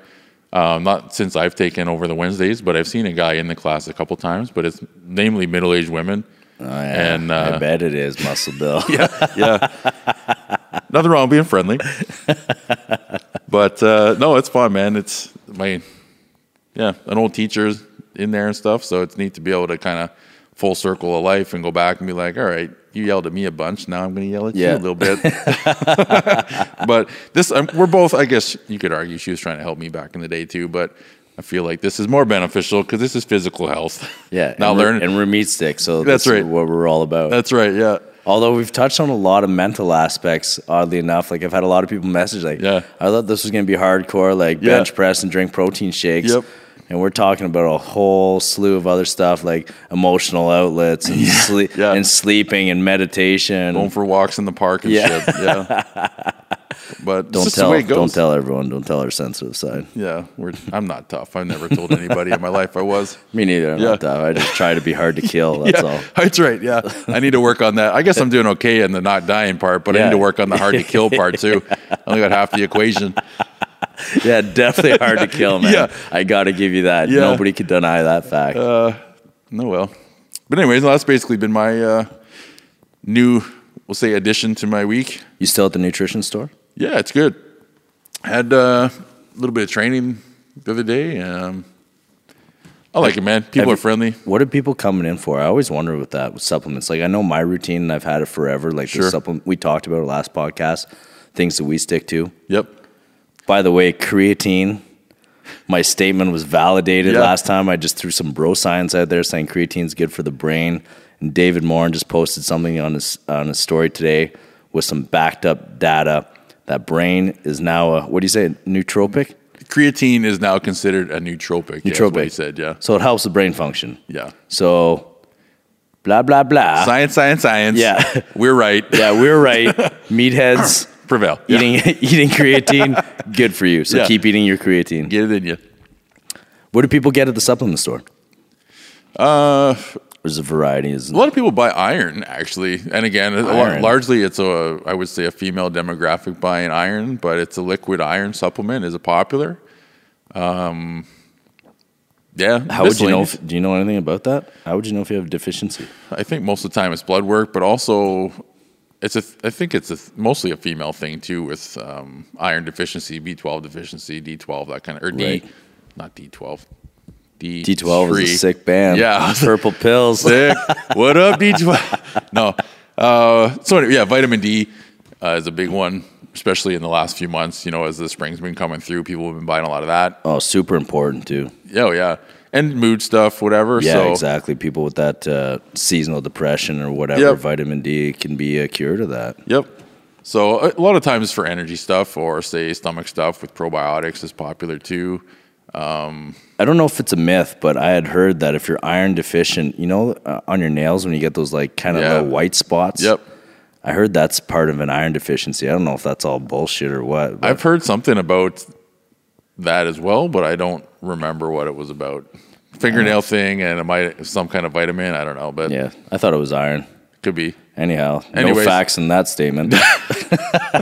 S2: um, not since I've taken over the Wednesdays, but I've seen a guy in the class a couple times, but it's namely middle aged women.
S3: Oh, yeah.
S2: And, uh,
S3: I bet it is Muscle Bill.
S2: Nothing wrong with being friendly. but uh, no, it's fun, man. It's my, yeah, an old teacher's in there and stuff. So it's neat to be able to kind of full circle of life and go back and be like, all right, you yelled at me a bunch. Now I'm going to yell at you
S3: Yeah.
S2: a little bit. but this, um, we're both, I guess you could argue she was trying to help me back in the day too. But I feel like this is more beneficial because this is physical health.
S3: Yeah,
S2: Now
S3: and we're-
S2: learn.
S3: and we're meat stick, so
S2: That's
S3: that's,
S2: right.
S3: what we're all about.
S2: That's right. Yeah.
S3: Although we've touched on a lot of mental aspects, oddly enough, like I've had a lot of people message like,
S2: Yeah.
S3: I thought this was gonna be hardcore, like
S2: Yeah.
S3: bench press and drink protein shakes."
S2: Yep.
S3: And we're talking about a whole slew of other stuff like emotional outlets and sleep
S2: yeah.
S3: and sleeping and meditation.
S2: Going for walks in the park and
S3: Yeah.
S2: shit. Yeah. But
S3: don't
S2: just the
S3: tell,
S2: way it goes.
S3: don't tell everyone. Don't tell our sensitive side.
S2: Yeah, we're, I'm not tough. I've never told anybody in my life I was.
S3: Me neither. I'm
S2: Yeah.
S3: not that. I just try to be hard to kill. That's all.
S2: That's right. Yeah, I need to work on that. I guess I'm doing okay in the not dying part, but I
S3: Yeah.
S2: need to work on the hard to kill part too. I only got half the equation.
S3: Yeah, definitely hard to kill, man.
S2: Yeah.
S3: I got to give you that.
S2: Yeah. Uh.
S3: Nobody could deny that fact.
S2: No, Oh, well, but anyways, that's basically been my uh, new, we'll say, addition to my week.
S3: you still at the nutrition store?
S2: Yeah, it's good. Had uh, a little bit of training the other day. Um, I like it, man. People
S3: Have
S2: are friendly.
S3: What are people coming in for? I always wonder with that with supplements. Like I know my routine and I've had it forever. Like
S2: Sure.
S3: the supplement we talked about it last podcast, things that we stick to.
S2: Yep.
S3: By the way, creatine. My statement was validated
S2: Yeah.
S3: last time. I just threw some bro science out there saying creatine's good for the brain. And David Morin just posted something on his on his story today with some backed up data that brain is now a what do you say nootropic?
S2: Creatine is now considered a nootropic. Yeah, that's what
S3: Nootropic.
S2: he said, yeah.
S3: So it helps the brain function.
S2: Yeah.
S3: So blah blah blah.
S2: Science, science, science.
S3: Yeah.
S2: We're right.
S3: Yeah, we're right. Meatheads
S2: Prevail. Yeah.
S3: eating eating creatine, good for you. So
S2: Yeah.
S3: keep eating your creatine.
S2: Get it in you.
S3: What do people get at the supplement store? There's a variety.
S2: Uh, A
S3: Isn't
S2: lot of people buy iron, actually. And again, a lot-
S3: Iron.
S2: largely it's a, I would say, a female demographic buying iron, but it's a liquid iron supplement. Is it popular? Um, yeah.
S3: How would you know?
S2: miscellaneous.
S3: If, do you know anything about that? How would you know if you have deficiency?
S2: I think most of the time it's blood work, but also it's a. I think it's a, mostly a female thing too, with um, iron deficiency, B twelve deficiency, D twelve, that kind of or D,
S3: Right.
S2: not D twelve, D
S3: D12 is a sick band.
S2: Yeah.
S3: purple pills.
S2: Sick. what up, D twelve? No. Uh, so anyway, yeah, vitamin D uh, is a big one, especially in the last few months. You know, as the spring's been coming through, people have been buying a lot of that.
S3: Oh, super important too.
S2: Oh yeah, and mood stuff, whatever.
S3: Yeah,
S2: so,
S3: exactly. People with that uh, seasonal depression or whatever,
S2: Yep.
S3: vitamin D can be a cure to that.
S2: Yep. So a a lot of times for energy stuff or say stomach stuff with probiotics is popular too.
S3: I don't know if it's a myth, but I had heard that if you're iron deficient, you know, uh, on your nails when you get those like kind of
S2: Yeah.
S3: little white spots.
S2: Yep.
S3: I heard that's part of an iron deficiency. I don't know if that's all bullshit or what. but
S2: I've heard something about that as well, but I don't remember what it was about. Fingernail thing and it might some kind of vitamin, I don't know, but
S3: Uh, yeah, I thought it was iron.
S2: could be.
S3: Anyhow,
S2: Anyways.
S3: no facts in that statement.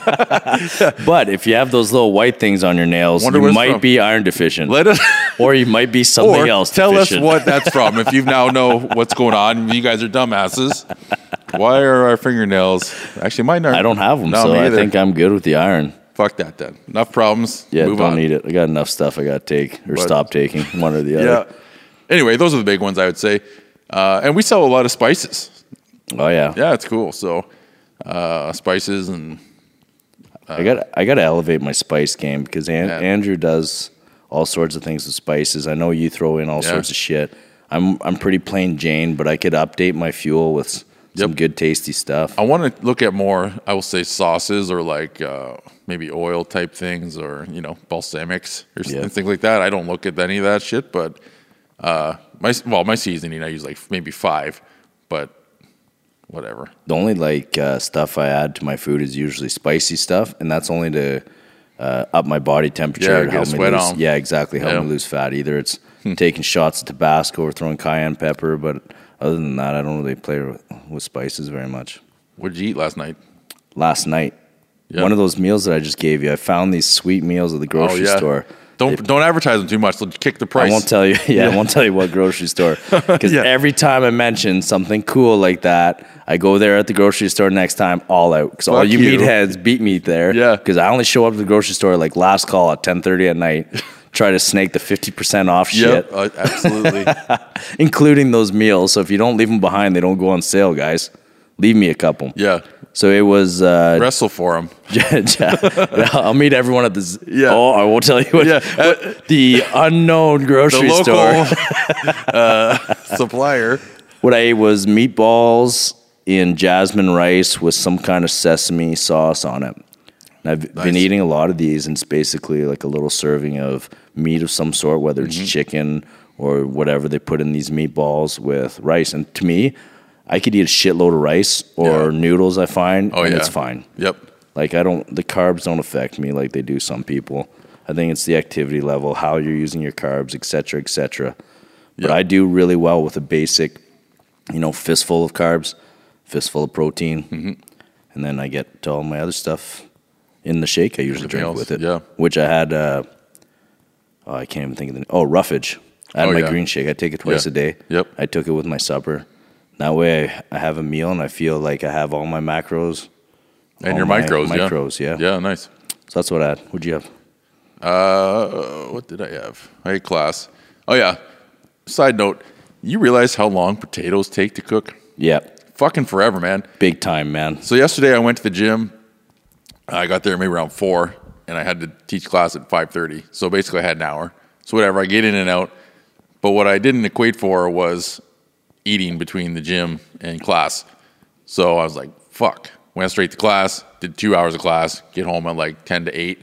S3: but if you have those little white things on your nails,
S2: Wonder
S3: you
S2: where it's
S3: might
S2: from.
S3: be iron deficient,
S2: Let us
S3: or you might be something
S2: or
S3: else.
S2: tell us
S3: deficient.
S2: what that's from. If you now know what's going on, you guys are dumbasses. Why are our fingernails actually mine are
S3: I don't have them,
S2: No,
S3: so
S2: me
S3: I
S2: either.
S3: think I'm good with the iron.
S2: fuck that then. Enough problems.
S3: Yeah,
S2: move
S3: don't
S2: on.
S3: need it. I got enough stuff I got to take or
S2: But-
S3: stop taking one or the other.
S2: Yeah. Anyway, those are the big ones I would say. Uh, and we sell a lot of spices.
S3: Oh yeah.
S2: Yeah, it's cool. So uh, spices and
S3: I got I got to elevate my spice game because An-
S2: Yeah.
S3: Andrew does all sorts of things with spices. I know you throw in all
S2: Yeah.
S3: sorts of shit. I'm I'm pretty plain Jane, but I could update my fuel with s- Some good tasty stuff.
S2: I want to look at more. I will say sauces or like uh, maybe oil type things or you know balsamics or
S3: Yeah.
S2: things like that. I don't look at any of that shit, but uh, my well my seasoning I use like maybe five, but whatever.
S3: The only like uh, stuff I add to my food is usually spicy stuff, and that's only to uh, up my body temperature.
S2: Yeah,
S3: and
S2: get a
S3: me
S2: sweat
S3: lose,
S2: on.
S3: Yeah, exactly. Help
S2: Yeah. Hmm.
S3: me lose fat. Either it's taking shots of Tabasco or throwing cayenne pepper, but other than that, I don't really play with, with spices very much.
S2: What did you eat last night?
S3: Last night,
S2: Yeah. Oh,
S3: one of those meals that I just gave you, I found these sweet meals at the grocery store.
S2: Don't don't advertise them too much. They'll kick the price.
S3: I won't tell you. Yeah, I won't tell you what grocery store because
S2: Yeah.
S3: every time I mention something cool like that, I go there at the grocery store next time all out because all
S2: Fuck
S3: you,
S2: you.
S3: meatheads beat me there.
S2: Yeah.
S3: because I only show up at the grocery store like last call at ten thirty at night. Try to snake the fifty percent off
S2: Yep,
S3: shit,
S2: uh, absolutely.
S3: including those meals. So if you don't leave them behind, they don't go on sale, guys. Leave me a couple.
S2: yeah,
S3: So it was. Uh,
S2: wrestle for them.
S3: yeah, yeah. I'll meet everyone at this.
S2: Yeah.
S3: Oh, I won't tell you what.
S2: Yeah.
S3: what- the unknown
S2: The
S3: grocery
S2: local
S3: store.
S2: uh, supplier.
S3: What I ate was meatballs in jasmine rice with some kind of sesame sauce on it. And I've been
S2: Nice.
S3: eating a lot of these, and it's basically like a little serving of meat of some sort, whether
S2: Mm-hmm.
S3: it's chicken or whatever they put in these meatballs with rice. And to me, I could eat a shitload of rice or
S2: Yeah.
S3: noodles. I find,
S2: Oh
S3: and
S2: yeah,
S3: it's fine.
S2: Yep.
S3: Like I don't, the carbs don't affect me like they do some people. I think it's the activity level, how you're using your carbs, et cetera, et cetera. But
S2: Yeah.
S3: I do really well with a basic, you know, fistful of carbs, fistful of protein,
S2: Mm-hmm.
S3: and then I get to all my other stuff in the shake. I usually
S2: Everything
S3: drink
S2: else,
S3: with it,
S2: yeah.
S3: Which I had. Uh, oh, I can't even think of the name. Oh, roughage. I had
S2: Oh,
S3: my
S2: yeah.
S3: green shake. I take it twice
S2: Yeah.
S3: a day.
S2: Yep.
S3: I took it with my supper. That way, I, I have a meal and I feel like I have all my macros.
S2: And
S3: all
S2: your
S3: my
S2: micros, yeah.
S3: Micros, yeah.
S2: Yeah, nice.
S3: So that's what I had. What'd you have?
S2: Uh, what did I have? I had class. Oh yeah. Side note, you realize how long potatoes take to cook?
S3: Yeah,
S2: Fucking forever, man.
S3: big time, man.
S2: So yesterday I went to the gym. I got there maybe around four, and I had to teach class at five thirty. So basically, I had an hour. So whatever, I get in and out. But what I didn't equate for was eating between the gym and class. So I was like, "Fuck!" Went straight to class, did two hours of class, get home at like ten to eight.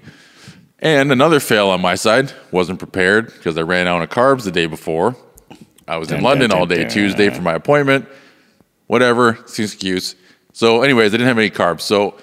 S2: And another fail on my side. Wasn't prepared because I ran out of carbs the day before. I was in
S3: Dun,
S2: London
S3: dun,
S2: all
S3: dun,
S2: day
S3: dun.
S2: Tuesday for my appointment. Whatever, it's an excuse. So, anyways, I didn't have any carbs. So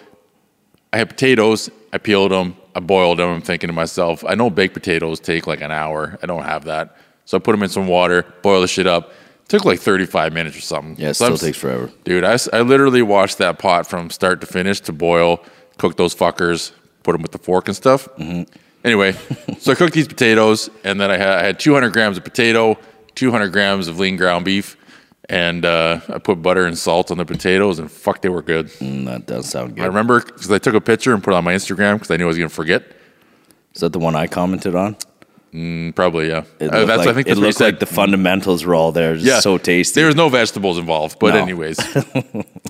S2: I had potatoes. I peeled them. I boiled them. I'm thinking to myself, I know baked potatoes take like an hour. I don't have that. So I put them in some water, boil the shit up. Took like 35 minutes or something.
S3: Yeah, it
S2: So
S3: still
S2: I'm-
S3: takes forever.
S2: Dude, I, s- I literally watched that pot from start to finish to boil, cook those fuckers, put them with the fork and stuff.
S3: Mm-hmm.
S2: Anyway, so I cooked these potatoes, and then I had, I had 200 grams of potato, 200 grams of lean ground beef, and uh, I put butter and salt on the potatoes, and fuck, they were good.
S3: Mm, that does sound good.
S2: I remember because I took a picture and put it on my Instagram because I knew I was going to forget.
S3: Is that the one I commented on?
S2: And probably, yeah.
S3: It
S2: Uh,
S3: looked
S2: that's
S3: like,
S2: I think
S3: it
S2: that's what he
S3: looked
S2: said.
S3: like the fundamentals were all there. Just so tasty.
S2: There was no vegetables involved, but
S3: No.
S2: anyways,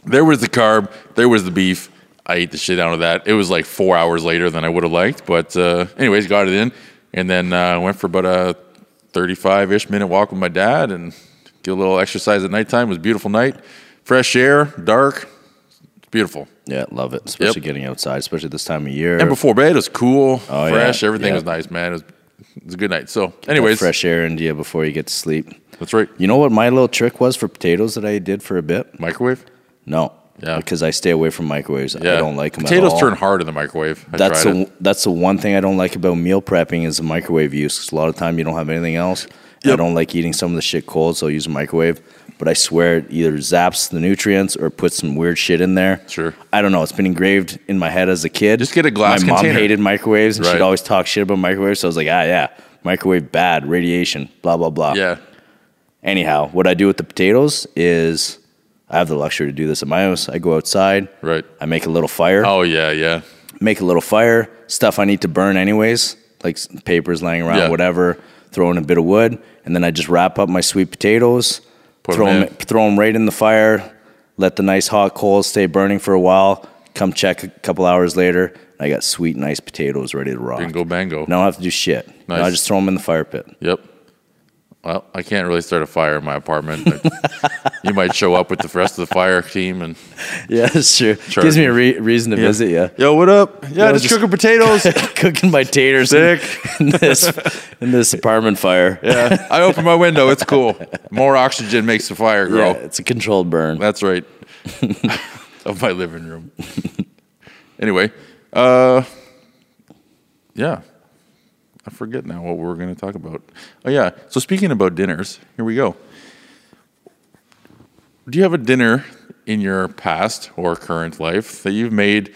S2: there was the carb, there was the beef. I ate the shit out of that. It was like four hours later than I would have liked, but uh, anyways, got it in, and then uh, went for about a thirty-five-ish minute walk with my dad, and did a little exercise at nighttime. It was a beautiful night, fresh air, dark, it's beautiful.
S3: yeah, love it. Especially getting outside, especially this time of year.
S2: And before bed, it was cool,
S3: Oh, yeah.
S2: fresh. Everything
S3: Yeah.
S2: was nice, man. It was, it was a good night. So,
S3: That
S2: anyways,
S3: fresh air into you before you get to sleep.
S2: that's right.
S3: You know what my little trick was for potatoes that I did for a bit?
S2: Microwave.
S3: No.
S2: Yeah.
S3: Because I stay away from microwaves.
S2: Yeah,
S3: I don't like them
S2: Potatoes
S3: at all.
S2: turn hard in the microwave. I
S3: that's
S2: tried it.
S3: the that's the one thing I don't like about meal prepping is the microwave use. 'cause a lot of time you don't have anything else. And I
S2: Yep.
S3: don't like eating some of the shit cold, so I use a microwave. But I swear it either zaps the nutrients or puts some weird shit in there.
S2: Sure.
S3: I don't know. It's been engraved in my head as a kid.
S2: Just get a glass
S3: My mom
S2: container.
S3: hated microwaves and she'd
S2: Right.
S3: always talk shit about microwaves. So I was like, ah, yeah, microwave bad, radiation, blah, blah, blah.
S2: Yeah.
S3: Anyhow, what I do with the potatoes is I have the luxury to do this at my house. I go outside.
S2: Right.
S3: I make a little fire
S2: Oh yeah, yeah.
S3: make a little fire, stuff I need to burn anyways, like s- papers laying around,
S2: Yeah.
S3: whatever, throw in a bit of wood, and then I just wrap up my sweet potatoes,
S2: Put 'em
S3: throw,
S2: in.
S3: them, throw 'em right in the fire, let the nice hot coals stay burning for a while, come check a couple hours later, and I got sweet, nice potatoes ready to rock.
S2: Bingo bango.
S3: And I don't have to do shit. You know, I
S2: Nice.
S3: just throw them in the fire pit.
S2: Yep. well, I can't really start a fire in my apartment. you might show up with the rest of the fire team and
S3: Yeah, that's true.
S2: Sure.
S3: Gives me a re- reason to visit you.
S2: Yo, what up? Yeah,
S3: Yo,
S2: just,
S3: just-
S2: cooking potatoes.
S3: Cooking my taters in, in this in this apartment fire.
S2: yeah, I open my window. It's cool. More oxygen makes the fire grow.
S3: Yeah, it's a controlled burn.
S2: That's right. of my living room. anyway, uh, yeah, I forget now what we're going to talk about. Oh yeah, so speaking about dinners, here we go. Do you have a dinner in your past or current life that you've made?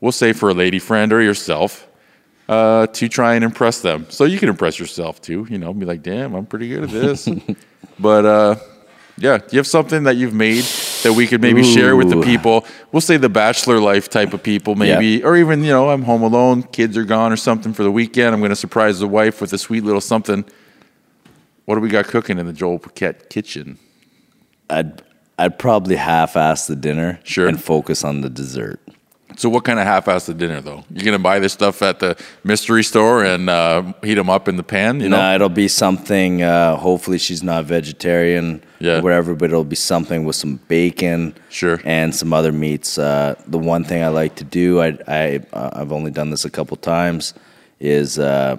S2: We'll say for a lady friend or yourself. Uh, to try and impress them, so you can impress yourself too. You know, be like, "Damn, I'm pretty good at this." but uh, yeah. Do you have something that you've made that we could maybe share with the
S3: Ooh.
S2: people? We'll say the bachelor life type of people, maybe, or even, you know, I'm home alone, kids are gone or something for the weekend. I'm going to surprise the wife with a sweet little something. What do we got cooking in the Joel Paquette kitchen?
S3: I'd I'd probably half-ass the dinner
S2: Sure.
S3: and focus on the dessert.
S2: So, what kind of half assed dinner, though? You're going to buy this stuff at the mystery store and uh, heat them up in the pan, you
S3: No,
S2: know?
S3: it'll be something. Uh, hopefully, she's not vegetarian.
S2: Yeah.
S3: Or whatever, but it'll be something with some bacon.
S2: Sure.
S3: And some other meats. Uh, the one thing I like to do, I, I uh, I've only done this a couple times, is uh,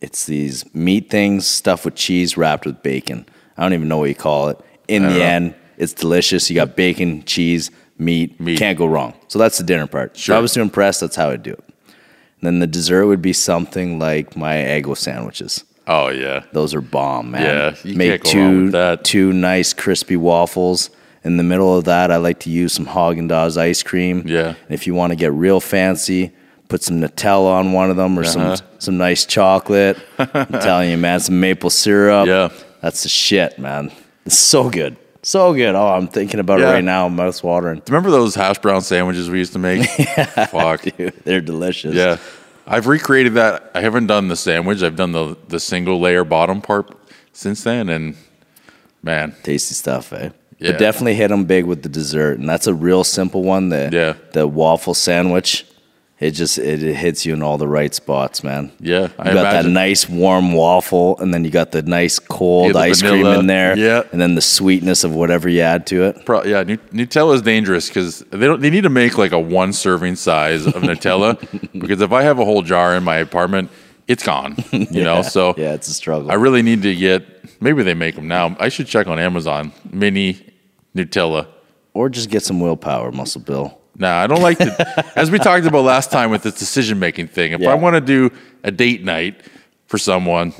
S3: it's these meat things stuffed with cheese wrapped with bacon. I don't even know what you call it. In the
S2: don't know.
S3: end, it's delicious. You got bacon, cheese, meat.
S2: Meat.
S3: Can't go wrong. So that's the dinner part. If
S2: Sure.
S3: I was to impress, that's how I'd do it. And then the dessert would be something like my Eggo sandwiches.
S2: Oh, yeah.
S3: Those are bomb, man.
S2: Yeah, you
S3: make
S2: can't go
S3: two
S2: wrong with that.
S3: two nice crispy waffles. In the middle of that, I like to use some Haagen Dazs ice cream.
S2: Yeah.
S3: and if you want to get real fancy, put some Nutella on one of them or
S2: Uh-huh.
S3: some some nice chocolate. I'm telling you, man, some maple syrup.
S2: Yeah.
S3: that's the shit, man. It's so good, so good. Oh, I'm thinking about
S2: Yeah.
S3: it right now. Mouth's watering.
S2: Remember those hash brown sandwiches we used to make? Fuck.
S3: They're delicious.
S2: Yeah. I've recreated that. I haven't done the sandwich. I've done the the single layer bottom part since then and man,
S3: tasty stuff, eh?
S2: Yeah.
S3: But definitely hit them big with the dessert, and that's a real simple one. The
S2: Yeah.
S3: the waffle sandwich, it just it, it hits you in all the right spots, man.
S2: yeah,
S3: You got that nice warm waffle, and then you got the nice
S2: Yeah,
S3: cold
S2: the
S3: ice
S2: vanilla.
S3: cream in there,
S2: Yeah.
S3: and then the sweetness of whatever you add to it.
S2: Pro- yeah, Nu- Nutella is dangerous because they don't. They need to make like a one serving size of Nutella because if I have a whole jar in my apartment, it's gone. You know, so
S3: Yeah, it's a struggle.
S2: I really need to get. Maybe they make them now. I should check on Amazon. Mini Nutella.
S3: or just get some willpower, Muscle Bill.
S2: Nah, I don't like to. as we talked about last time with this decision making thing, if
S3: Yeah.
S2: I want to do a date night for someone,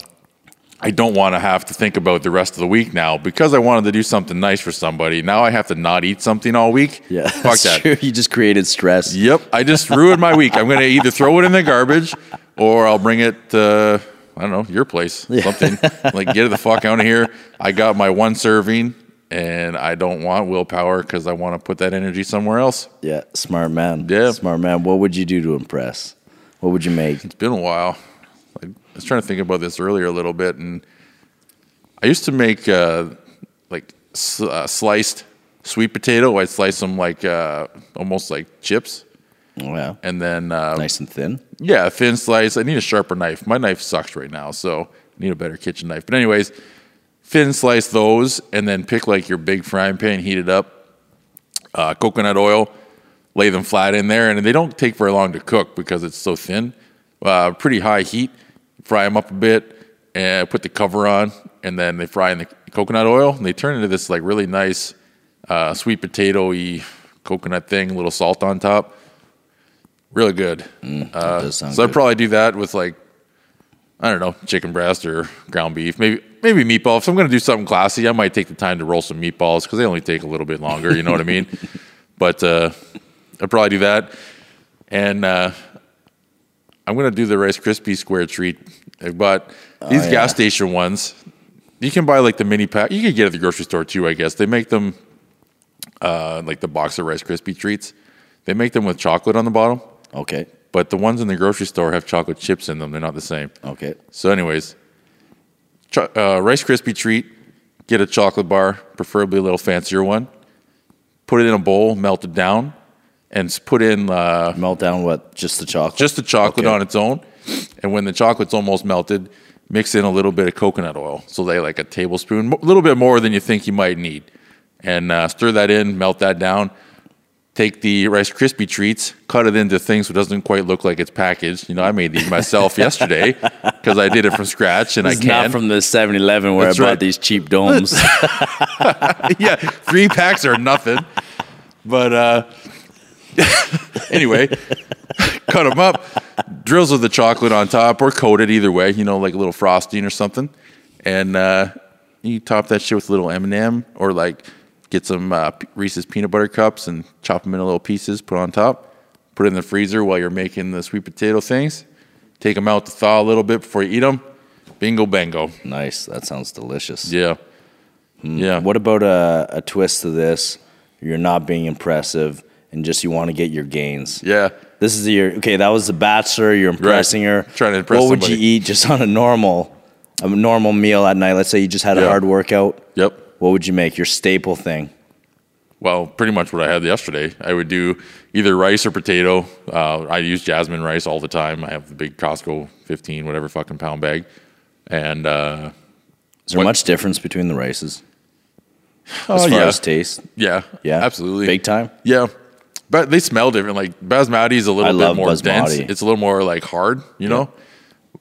S2: I don't want to have to think about the rest of the week now because I wanted to do something nice for somebody. Now I have to not eat something all week.
S3: Yeah,
S2: fuck
S3: that's
S2: that.
S3: true. You just created stress.
S2: Yep, I just ruined my week. I'm going to either throw it in the garbage or I'll bring it to, I don't know, your place. Something like, get the fuck out of here. I got my one serving and I don't want willpower because I want to put that energy somewhere else.
S3: Yeah, smart man.
S2: Yeah.
S3: smart man. What would you do to impress? What would you make?
S2: It's been a while. I was trying to think about this earlier a little bit, and I used to make uh, like s- uh, sliced sweet potato. I'd slice them like uh, almost like chips,
S3: Wow,
S2: and then uh,
S3: nice and thin.
S2: yeah, a thin slice. I need a sharper knife. My knife sucks right now, so I need a better kitchen knife. But anyways, thin slice those, and then pick like your big frying pan, heat it up, uh, coconut oil, lay them flat in there, and they don't take very long to cook because it's so thin. Uh, pretty high heat, fry them up a bit, and put the cover on, and then they fry in the coconut oil, and they turn into this like really nice uh, sweet potato-y coconut thing, a little salt on top. Really good.
S3: That does sound
S2: So I'd
S3: good.
S2: probably do that with like, I don't know, chicken breast or ground beef, maybe maybe meatball. If I'm going to do something classy, I might take the time to roll some meatballs because they only take a little bit longer. You know what I mean? But uh, I'd probably do that, and uh, I'm going to do the Rice Krispie square treat. But these
S3: Oh, yeah.
S2: gas station ones, you can buy like the mini pack. You could get at the grocery store too, I guess. They make them uh, like the box of Rice Krispie treats. They make them with chocolate on the bottom
S3: Okay,
S2: but the ones in the grocery store have chocolate chips in them. They're not the same.
S3: okay.
S2: So, anyways, cho- uh, Rice Krispie treat, get a chocolate bar, preferably a little fancier one. Put it in a bowl, melt it down, and s- put in uh,
S3: Melt down what? Just the chocolate?
S2: just the chocolate
S3: Okay.
S2: on its own. And when the chocolate's almost melted, mix in a little bit of coconut oil. So they like a tablespoon, a little bit more than you think you might need. And uh, stir that in, melt that down. Take the Rice Krispie treats, cut it into things so it doesn't quite look like it's packaged. You know, I made these myself yesterday because I did it from scratch and I
S4: It's
S2: can.
S4: not from the 7-Eleven where
S2: That's
S4: I bought
S2: right.
S4: these cheap domes.
S2: yeah, three packs are nothing. But uh, anyway, cut them up, drizzle the chocolate on top or coat it either way, you know, like a little frosting or something. And uh, you top that shit with a little M&M or like get some uh, P- Reese's peanut butter cups and chop them into little pieces, put on top, put it in the freezer while you're making the sweet potato things. Take them out to thaw a little bit before you eat them. Bingo, bango.
S3: Nice. That sounds delicious.
S2: Yeah. Yeah.
S3: What about a, a twist to this? You're not being impressive and just you want to get your gains.
S2: Yeah.
S3: This is your okay. That was the bachelor. You're impressing her.
S2: Trying to impress
S3: What would you
S2: somebody.
S3: eat just on a normal, a normal meal at night? Let's say you just had a
S2: Yeah.
S3: hard workout.
S2: Yep.
S3: What would you make? Your staple thing.
S2: Well, pretty much what I had yesterday. I would do either rice or potato. Uh, I use jasmine rice all the time. I have the big Costco 15, whatever fucking pound bag. And uh,
S3: Is there
S2: What-
S3: much difference between the races as
S2: oh,
S3: far
S2: yeah.
S3: as taste?
S2: yeah,
S3: Yeah,
S2: absolutely,
S3: big time.
S2: Yeah, but they smell different. Like basmati is a little
S3: I
S2: bit
S3: love
S2: more dense.
S3: basmati.
S2: It's a little more like hard. You know,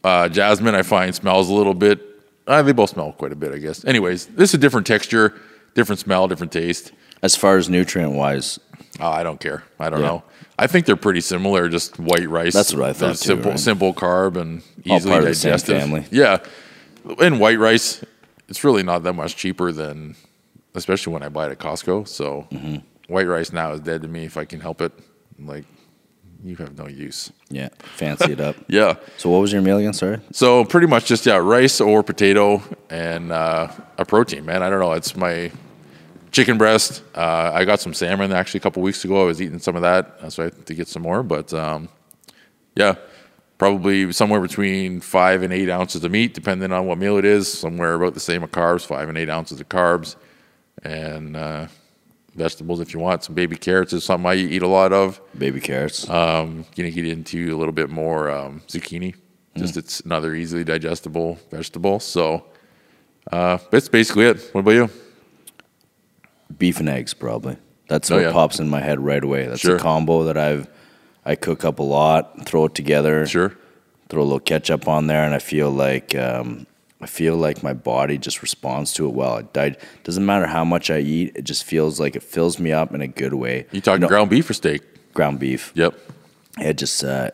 S2: uh, jasmine I find smells a little bit. Uh, they both smell quite a bit, I guess. Anyways, this is a different texture, different smell, different taste.
S3: As far as nutrient wise,
S2: Oh, I don't care. I don't
S3: Yeah.
S2: know. I think they're pretty similar. Just white rice.
S3: That's what I
S2: They're
S3: thought too,
S2: simple,
S3: right?
S2: simple carb and
S3: All
S2: easily
S3: part of the same
S2: digested.
S3: family.
S2: Yeah, and white rice. It's really not that much cheaper than, especially when I buy it at Costco. So
S3: Mm-hmm.
S2: white rice now is dead to me if I can help it. Like, you have no use.
S3: yeah, fancy it up.
S2: Yeah.
S3: So what was your meal again? Sorry.
S2: So pretty much just yeah, rice or potato and uh, a protein, man. I don't know. It's my chicken breast. Uh, I got some salmon actually a couple weeks ago. I was eating some of that, uh, so I have to get some more. But um, yeah, probably somewhere between five and eight ounces of meat, depending on what meal it is. Somewhere about the same of carbs, five and eight ounces of carbs, and uh, vegetables if you want. Some baby carrots is something I eat a lot of
S3: Baby carrots.
S2: um, going to get into a little bit more um, zucchini. Just it's another easily digestible vegetable. So uh, that's basically it. What about you?
S3: beef and eggs probably that's
S2: Oh,
S3: what
S2: yeah.
S3: pops in my head right away that's
S2: Sure.
S3: a combo that i've i cook up a lot throw it together
S2: Sure.
S3: throw a little ketchup on there and i feel like um, i feel like my body just responds to it well it died doesn't matter how much i eat it just feels like it fills me up in a good way
S2: You talking
S3: No,
S2: ground beef or steak?
S3: ground beef
S2: Yep.
S3: it just uh,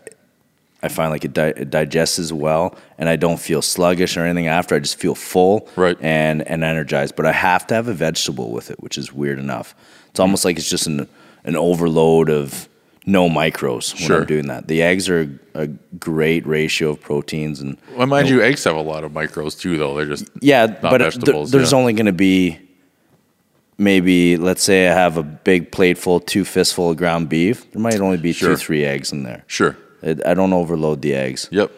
S3: I find like it, di- it digests as well, and I don't feel sluggish or anything after. I just feel full
S2: Right.
S3: and and energized. But I have to have a vegetable with it, which is weird enough.
S2: Mm-hmm.
S3: It's almost like it's just an an overload of no micros when
S2: Sure.
S3: I'm doing that. The eggs are a great ratio of proteins and
S2: Well, mind you, eggs have a lot of micros too, though. They're just
S3: yeah, but there-
S2: vegetables,
S3: there's
S2: yeah.
S3: only going to be maybe let's say I have a big plateful, two fistful of ground beef. There might only be two
S2: Sure.
S3: three eggs in there.
S2: sure.
S3: It, I don't overload the eggs.
S2: Yep.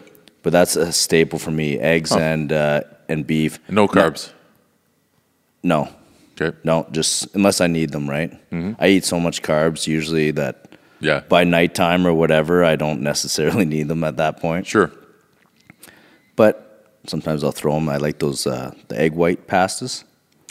S3: But that's a staple for me: eggs and uh, and beef.
S2: No carbs.
S3: No,
S2: Okay.
S3: no, just unless I need them. Right?
S2: Mm-hmm.
S3: I eat so much carbs usually that
S2: Yeah.
S3: by nighttime or whatever, I don't necessarily need them at that point.
S2: Sure.
S3: But sometimes I'll throw them. I like those uh, the egg white pastas.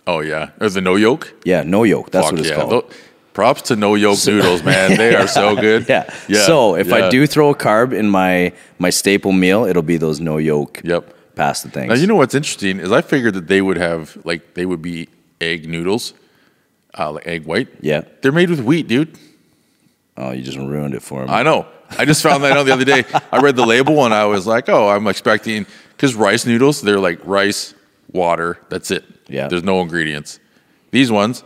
S2: Oh yeah. Or the no yolk.
S3: Yeah, no yolk. That's
S2: Fuck
S3: what it's
S2: yeah.
S3: called.
S2: Tho- props to no yolk noodles, man. They are so good.
S3: yeah. So if I do throw a carb in my my staple meal, it'll be those no yolk
S2: Yep.
S3: pasta things.
S2: Now you know what's interesting is I figured that they would have like they would be egg noodles, uh, like egg white.
S3: yeah.
S2: They're made with wheat, dude.
S3: Oh, you just ruined it for me.
S2: I know. I just found that out the other day. I read the label and I was like, oh, I'm expecting because rice noodles they're like rice, water, that's it.
S3: Yeah.
S2: There's no ingredients. These ones,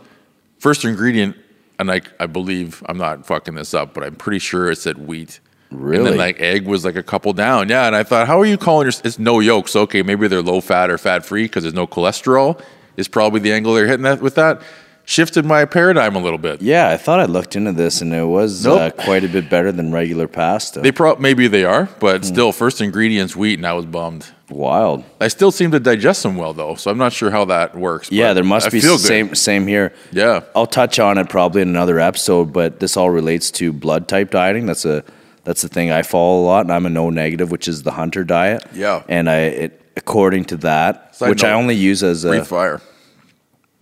S2: first ingredient, and I I believe I'm not fucking this up, but I'm pretty sure it said wheat. And
S3: Really?
S2: then like egg was like a couple down. Yeah. And I thought, how are you calling your? It's no yolk. So okay, maybe they're low fat or fat free because there's no cholesterol. Is probably the angle they're hitting that with that. Shifted my paradigm a little bit.
S3: Yeah, I thought I looked into this, and it was
S2: Nope.
S3: uh, quite a bit better than regular pasta.
S2: They prob maybe they are, but
S3: Hmm.
S2: still, first ingredients wheat, and I was bummed.
S3: Wild.
S2: I still seem to digest them well though, so I'm not sure how that works.
S3: Yeah,
S2: but
S3: there must
S2: I
S3: be
S2: feel good.
S3: same same here.
S2: Yeah,
S3: I'll touch on it probably in another episode, but this all relates to blood type dieting. That's a That's the thing I follow a lot, and I'm a no negative, which is the hunter diet.
S2: Yeah.
S3: and I it, according to that,
S2: Side
S3: which I
S2: note,
S3: only use as a
S2: Breathe fire.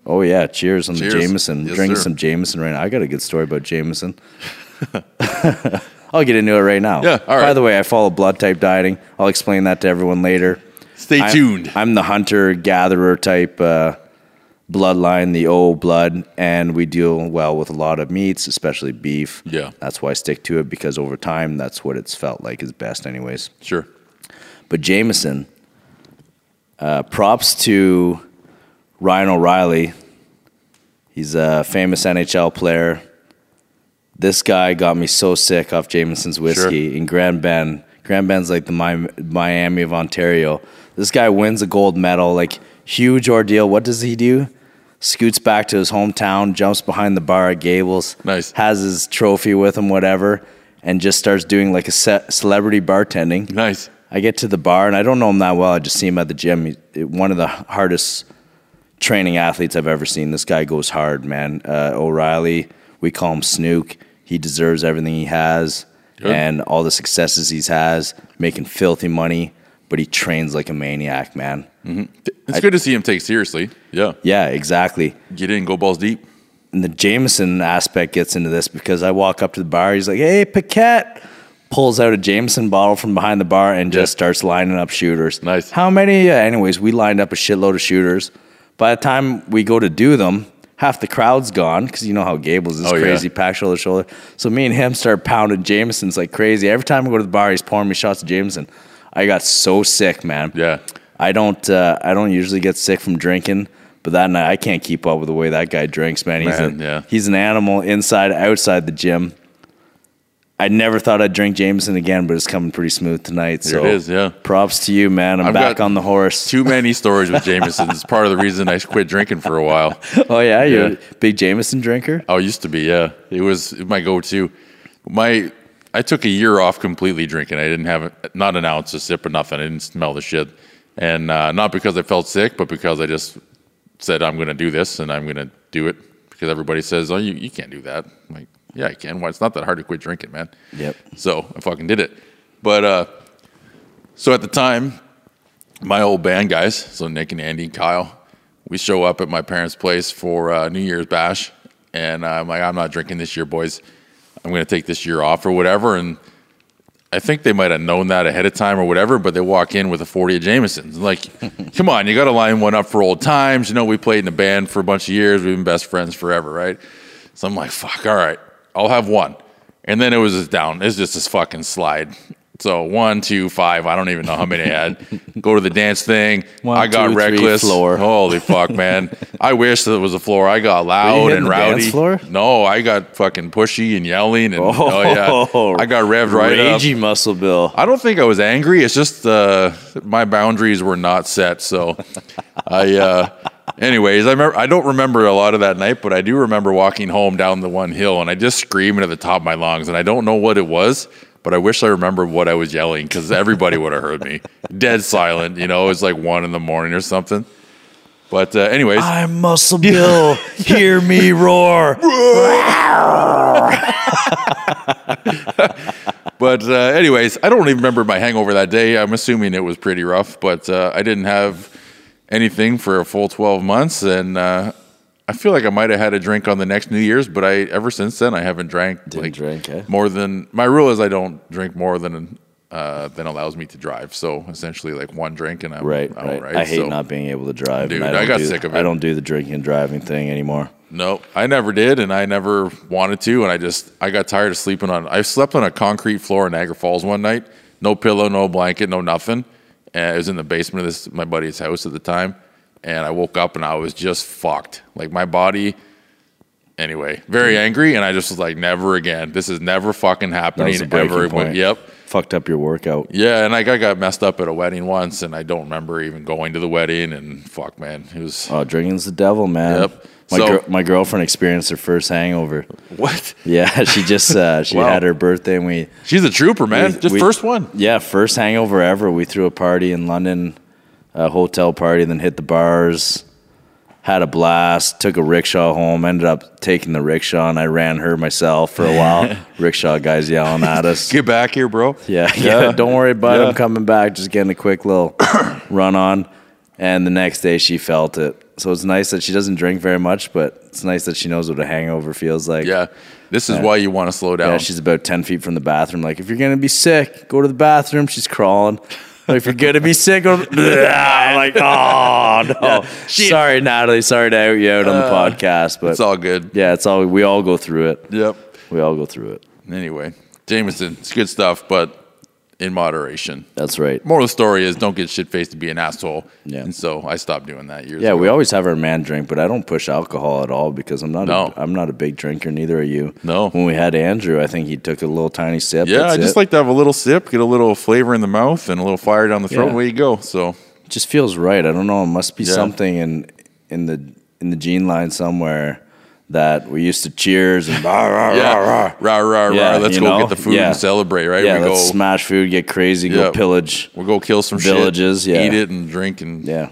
S3: oh yeah, cheers on
S2: Cheers.
S3: the Jameson.
S2: Yes,
S3: Drinking
S2: sir.
S3: some Jameson right now. I got a good story about Jameson. I'll get into it right now.
S2: Yeah, all right.
S3: By the way, I follow blood type dieting. I'll explain that to everyone later.
S2: Stay
S3: I'm-
S2: tuned.
S3: I'm the hunter gatherer type uh, bloodline, the O blood, and we deal well with a lot of meats, especially beef.
S2: Yeah.
S3: that's why I stick to it because over time, that's what it's felt like is best, anyways.
S2: sure.
S3: But Jameson, uh, props to Ryan O'Reilly. He's a famous NHL player. This guy got me so sick off Jameson's whiskey in Grand Bend. Grand Bend's like the Mi- Miami of Ontario. This guy wins a gold medal, like huge ordeal. What does he do? Scoots back to his hometown, jumps behind the bar at Gables,
S2: Nice.
S3: has his trophy with him, whatever, and just starts doing like a ce- celebrity bartending.
S2: Nice.
S3: I get to the bar and I don't know him that well. I just see him at the gym. He- He, one of the hardest training athletes I've ever seen. This guy goes hard, man. Uh, O'Reilly, we call him Snook. He deserves everything he has
S2: Good.
S3: and all the successes he's has, making filthy money, but he trains like a maniac, man.
S2: It's good to see him take seriously. Yeah.
S3: Yeah, exactly.
S2: Get in, go balls deep.
S3: and the Jameson aspect gets into this because I walk up to the bar. He's like, "Hey, Paquette," pulls out a Jameson bottle from behind the bar and just
S2: Yeah.
S3: starts lining up shooters.
S2: Nice.
S3: How many? Yeah, anyways, we lined up a shitload of shooters. By the time we go to do them, half the crowd's gone because you know how Gables is
S2: Oh, yeah.
S3: crazy, packed shoulder to shoulder. So me and him start pounding Jamesons like crazy. Every time we go to the bar, he's pouring me shots of Jameson. I got so sick, man.
S2: Yeah.
S3: I don't uh, I don't usually get sick from drinking, but that night I can't keep up with the way that guy drinks, man. He's
S2: Man,
S3: a-
S2: yeah.
S3: he's an animal inside outside the gym. I never thought I'd drink Jameson again, but it's coming pretty smooth tonight.
S2: There
S3: So
S2: it is, yeah.
S3: Props to you, man. I'm
S2: I've
S3: back
S2: got
S3: on the horse.
S2: Too many stories with Jameson. It's part of the reason I quit drinking for a while.
S3: oh yeah, you're
S2: Yeah.
S3: a big Jameson drinker.
S2: Oh, it used to be, yeah. It was my go-to. My I took a year off completely drinking. I didn't have a, not an ounce, a sip, or nothing. I didn't smell the shit, and uh, not because I felt sick, but because I just said I'm going to do this and I'm going to do it because everybody says, "Oh, you, you can't do that." I'm like, yeah, I can. Why? It's not that hard to quit drinking, man.
S3: Yep.
S2: So I fucking did it. But uh, so at the time, my old band guys, so Nick and Andy and Kyle, we show up at my parents' place for uh, New Year's bash, and I'm like, I'm not drinking this year, boys. I'm gonna take this year off or whatever. And I think they might have known that ahead of time or whatever, but they walk in with a 40 of Jameson's. Like, come on, you got to line one up for old times. You know, we played in a band for a bunch of years. We've been best friends forever, right? So I'm like, fuck, all right, I'll have one. And then it was just down. It's just this fucking slide. So one, two, five. I don't even know how many I had. Go to the dance thing.
S3: One,
S2: I got
S3: two, three,
S2: reckless. Oh,
S3: floor.
S2: Holy fuck, man! I wish that it was a floor. I got loud
S3: hitting
S2: and
S3: the
S2: rowdy.
S3: dance floor?
S2: No, I got fucking pushy and yelling and oh, yeah, I got revved right up.
S3: Ragey muscle bill.
S2: I don't think I was angry. It's just uh, my boundaries were not set. So, I, uh, anyways, I remember. I don't remember a lot of that night, but I do remember walking home down the one hill, and I just screamed at the top of my lungs, and I don't know what it was, but I wish I remembered what I was yelling because everybody would have heard me. Dead silent, you know. It was like one in the morning or something. But uh, anyways,
S3: I'm muscle bill. Hear me roar.
S2: But uh, anyways, I don't even remember my hangover that day. I'm assuming it was pretty rough, but uh, I didn't have anything for a full 12 months, and uh, I feel like I might have had a drink on the next New Year's. But I ever since then I haven't drank like
S3: drink, eh?
S2: more than my rule is I don't drink more than uh, than allows me to drive. So essentially, like one drink and I'm
S3: Right,
S2: I'm
S3: right.
S2: right.
S3: I hate
S2: So-
S3: not being able to drive.
S2: Dude,
S3: and
S2: I
S3: don't
S2: got
S3: do-
S2: sick of it.
S3: I don't do the drinking and driving thing anymore.
S2: No, I never did, and I never wanted to, and I just I got tired of sleeping on. I slept on a concrete floor in Niagara Falls one night, no pillow, no blanket, no nothing. And it was in the basement of this my buddy's house at the time, and I woke up and I was just fucked. Like my body, anyway, very
S3: Mm-hmm.
S2: angry, and I just was like, never again. This is never fucking happening
S3: a breaking
S2: ever.
S3: point.
S2: Yep.
S3: Fucked up your workout.
S2: Yeah, and like I got messed up at a wedding once, and I don't remember even going to the wedding. And fuck, man, it was
S3: Oh, drinking's the devil, man.
S2: Yep.
S3: My,
S2: So-
S3: gir- my girlfriend experienced her first hangover.
S2: what?
S3: Yeah, she just uh, she
S2: Wow.
S3: had her birthday and we
S2: She's a trooper, man.
S3: we-
S2: just
S3: we-
S2: first one.
S3: Yeah, first hangover ever. We threw a party in London, a hotel party, then hit the bars. Had a blast. Took a rickshaw home. Ended up taking the rickshaw, and I ran her myself for a while. rickshaw guys yelling at us.
S2: Get back here, bro.
S3: Yeah, yeah. Don't worry, bud.
S2: Yeah.
S3: I'm coming back. Just getting a quick little run on. And the next day, she felt it. So it's nice that she doesn't drink very much, but it's nice that she knows what a hangover feels like.
S2: Yeah. This is why you want to slow down.
S3: Yeah, she's about 10 feet from the bathroom. Like, if you're going to be sick, go to the bathroom. She's crawling. Like, if you're going to be sick, go to I'm like, oh, no. sorry, Natalie. Sorry to out you out on the podcast. But
S2: Uh, it's all good.
S3: yeah, it's all, we all go through it.
S2: Yep.
S3: We all go through it.
S2: Anyway, Jameson, it's good stuff, but in moderation.
S3: That's right.
S2: Moral of the story is don't get shit faced to be an asshole.
S3: Yeah.
S2: And so I stopped doing that years
S3: Yeah,
S2: ago.
S3: we always have our man drink, but I don't push alcohol at all because I'm not.
S2: No.
S3: A, I'm not a big drinker. Neither are you.
S2: No.
S3: When we had Andrew, I think he took a little tiny sip.
S2: Yeah,
S3: That's
S2: I just
S3: it.
S2: like to have a little sip, get a little flavor in the mouth and a little fire down the throat.
S3: Yeah.
S2: Way Away you go. So
S3: It just feels right. I don't know. It must be
S2: Yeah.
S3: something in in the in the gene line somewhere that we used to cheers and rah, rah,
S2: yeah,
S3: rah, rah.
S2: rah rah rah.
S3: Yeah,
S2: let's
S3: you
S2: go
S3: know?
S2: get the food
S3: Yeah.
S2: and celebrate. Right?
S3: Yeah,
S2: we
S3: let's
S2: go.
S3: smash food, get crazy,
S2: Yeah.
S3: go pillage.
S2: we'll go kill some
S3: villages,
S2: Shit,
S3: yeah.
S2: Eat it and drink and
S3: Yeah, so it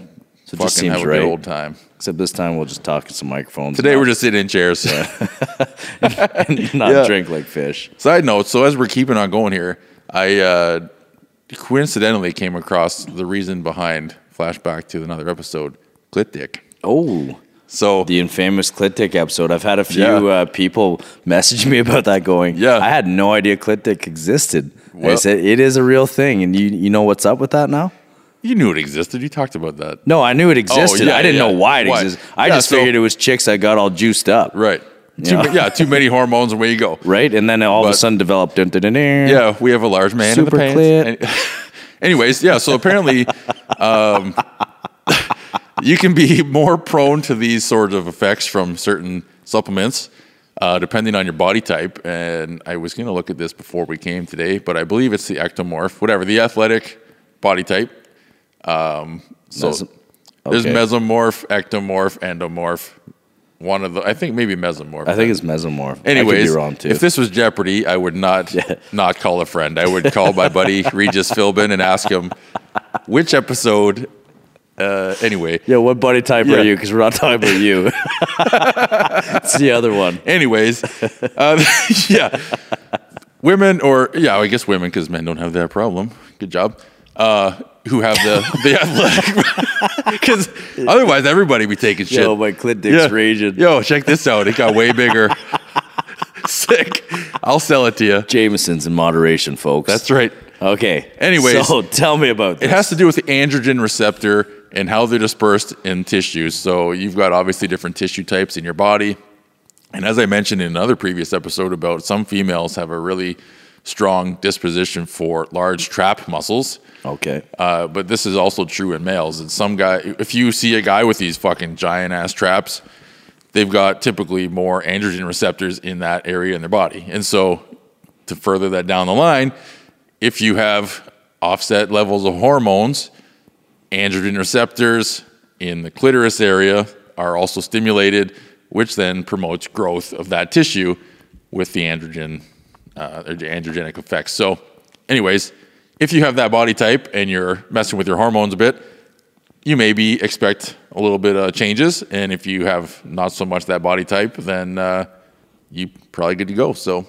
S2: fucking
S3: just seems
S2: have a
S3: right.
S2: good old time.
S3: Except this time we'll just talk in some microphones.
S2: Today
S3: and
S2: we're just sitting in chairs.
S3: not, not
S2: Yeah.
S3: drink like fish.
S2: Side note: So as we're keeping on going here, I uh, coincidentally came across the reason behind flashback to another episode, clit dick.
S3: Oh.
S2: So
S3: the infamous clit dick episode. I've had a few
S2: Yeah.
S3: uh, people message me about that going,
S2: Yeah.
S3: I had no idea clit dick existed. And I
S2: Well-
S3: said, it is a real thing. And you, you know what's up with that now?
S2: you knew it existed. You talked about that,
S3: No, I knew it existed.
S2: Oh, yeah,
S3: I didn't
S2: yeah.
S3: know why it
S2: Why?
S3: existed. I
S2: Yeah,
S3: just
S2: so-
S3: figured it was chicks that got all juiced up.
S2: right? Too,
S3: Yeah.
S2: ma- yeah, too many hormones. Away you go.
S3: Right? And then all of a
S2: But-
S3: sudden developed. Dun, dun, dun, dun.
S2: Yeah, we have a large man
S3: Super
S2: in the pants. Anyways, yeah. So apparently, um, you can be more prone to these sorts of effects from certain supplements, uh, depending on your body type. And I was going to look at this before we came today, but I believe it's the ectomorph, whatever the athletic body type. Um, so
S3: Meso-
S2: there's
S3: okay.
S2: mesomorph, ectomorph, endomorph. One of the, I think maybe mesomorph.
S3: I think it's mesomorph. I could
S2: Anyways,
S3: be wrong too.
S2: if this was Jeopardy, I would not
S3: Yeah.
S2: not call a friend. I would call my buddy Regis Philbin and ask him which episode. Uh, anyway,
S3: yeah, what body type
S2: Yeah.
S3: are you? Because we're not talking about you. it's the other one.
S2: anyways, uh, yeah, women or yeah, I guess women because men don't have that problem. Good job. Uh, who have the the athletic? Because otherwise, everybody be taking shit.
S3: Yo, my clit dick's raging.
S2: Yo, check this out. It got way bigger. Sick. I'll sell it to you.
S3: Jameson's in moderation, folks.
S2: That's right.
S3: Okay.
S2: Anyways.
S3: so tell me about
S2: It
S3: this.
S2: has to do with the androgen receptor and how they're dispersed in tissues. So you've got obviously different tissue types in your body. And as I mentioned in another previous episode about some females have a really strong disposition for large trap muscles.
S3: Okay.
S2: Uh, but this is also true in males. And some guy, if you see a guy with these fucking giant ass traps, they've got typically more androgen receptors in that area in their body. And so, to further that down the line, if you have offset levels of hormones, androgen receptors in the clitoris area are also stimulated, which then promotes growth of that tissue with the androgen uh, or the androgenic effects. So, anyways, if you have that body type and you're messing with your hormones a bit, you maybe expect a little bit of changes. And if you have not so much that body type, then uh, you probably good to go. So,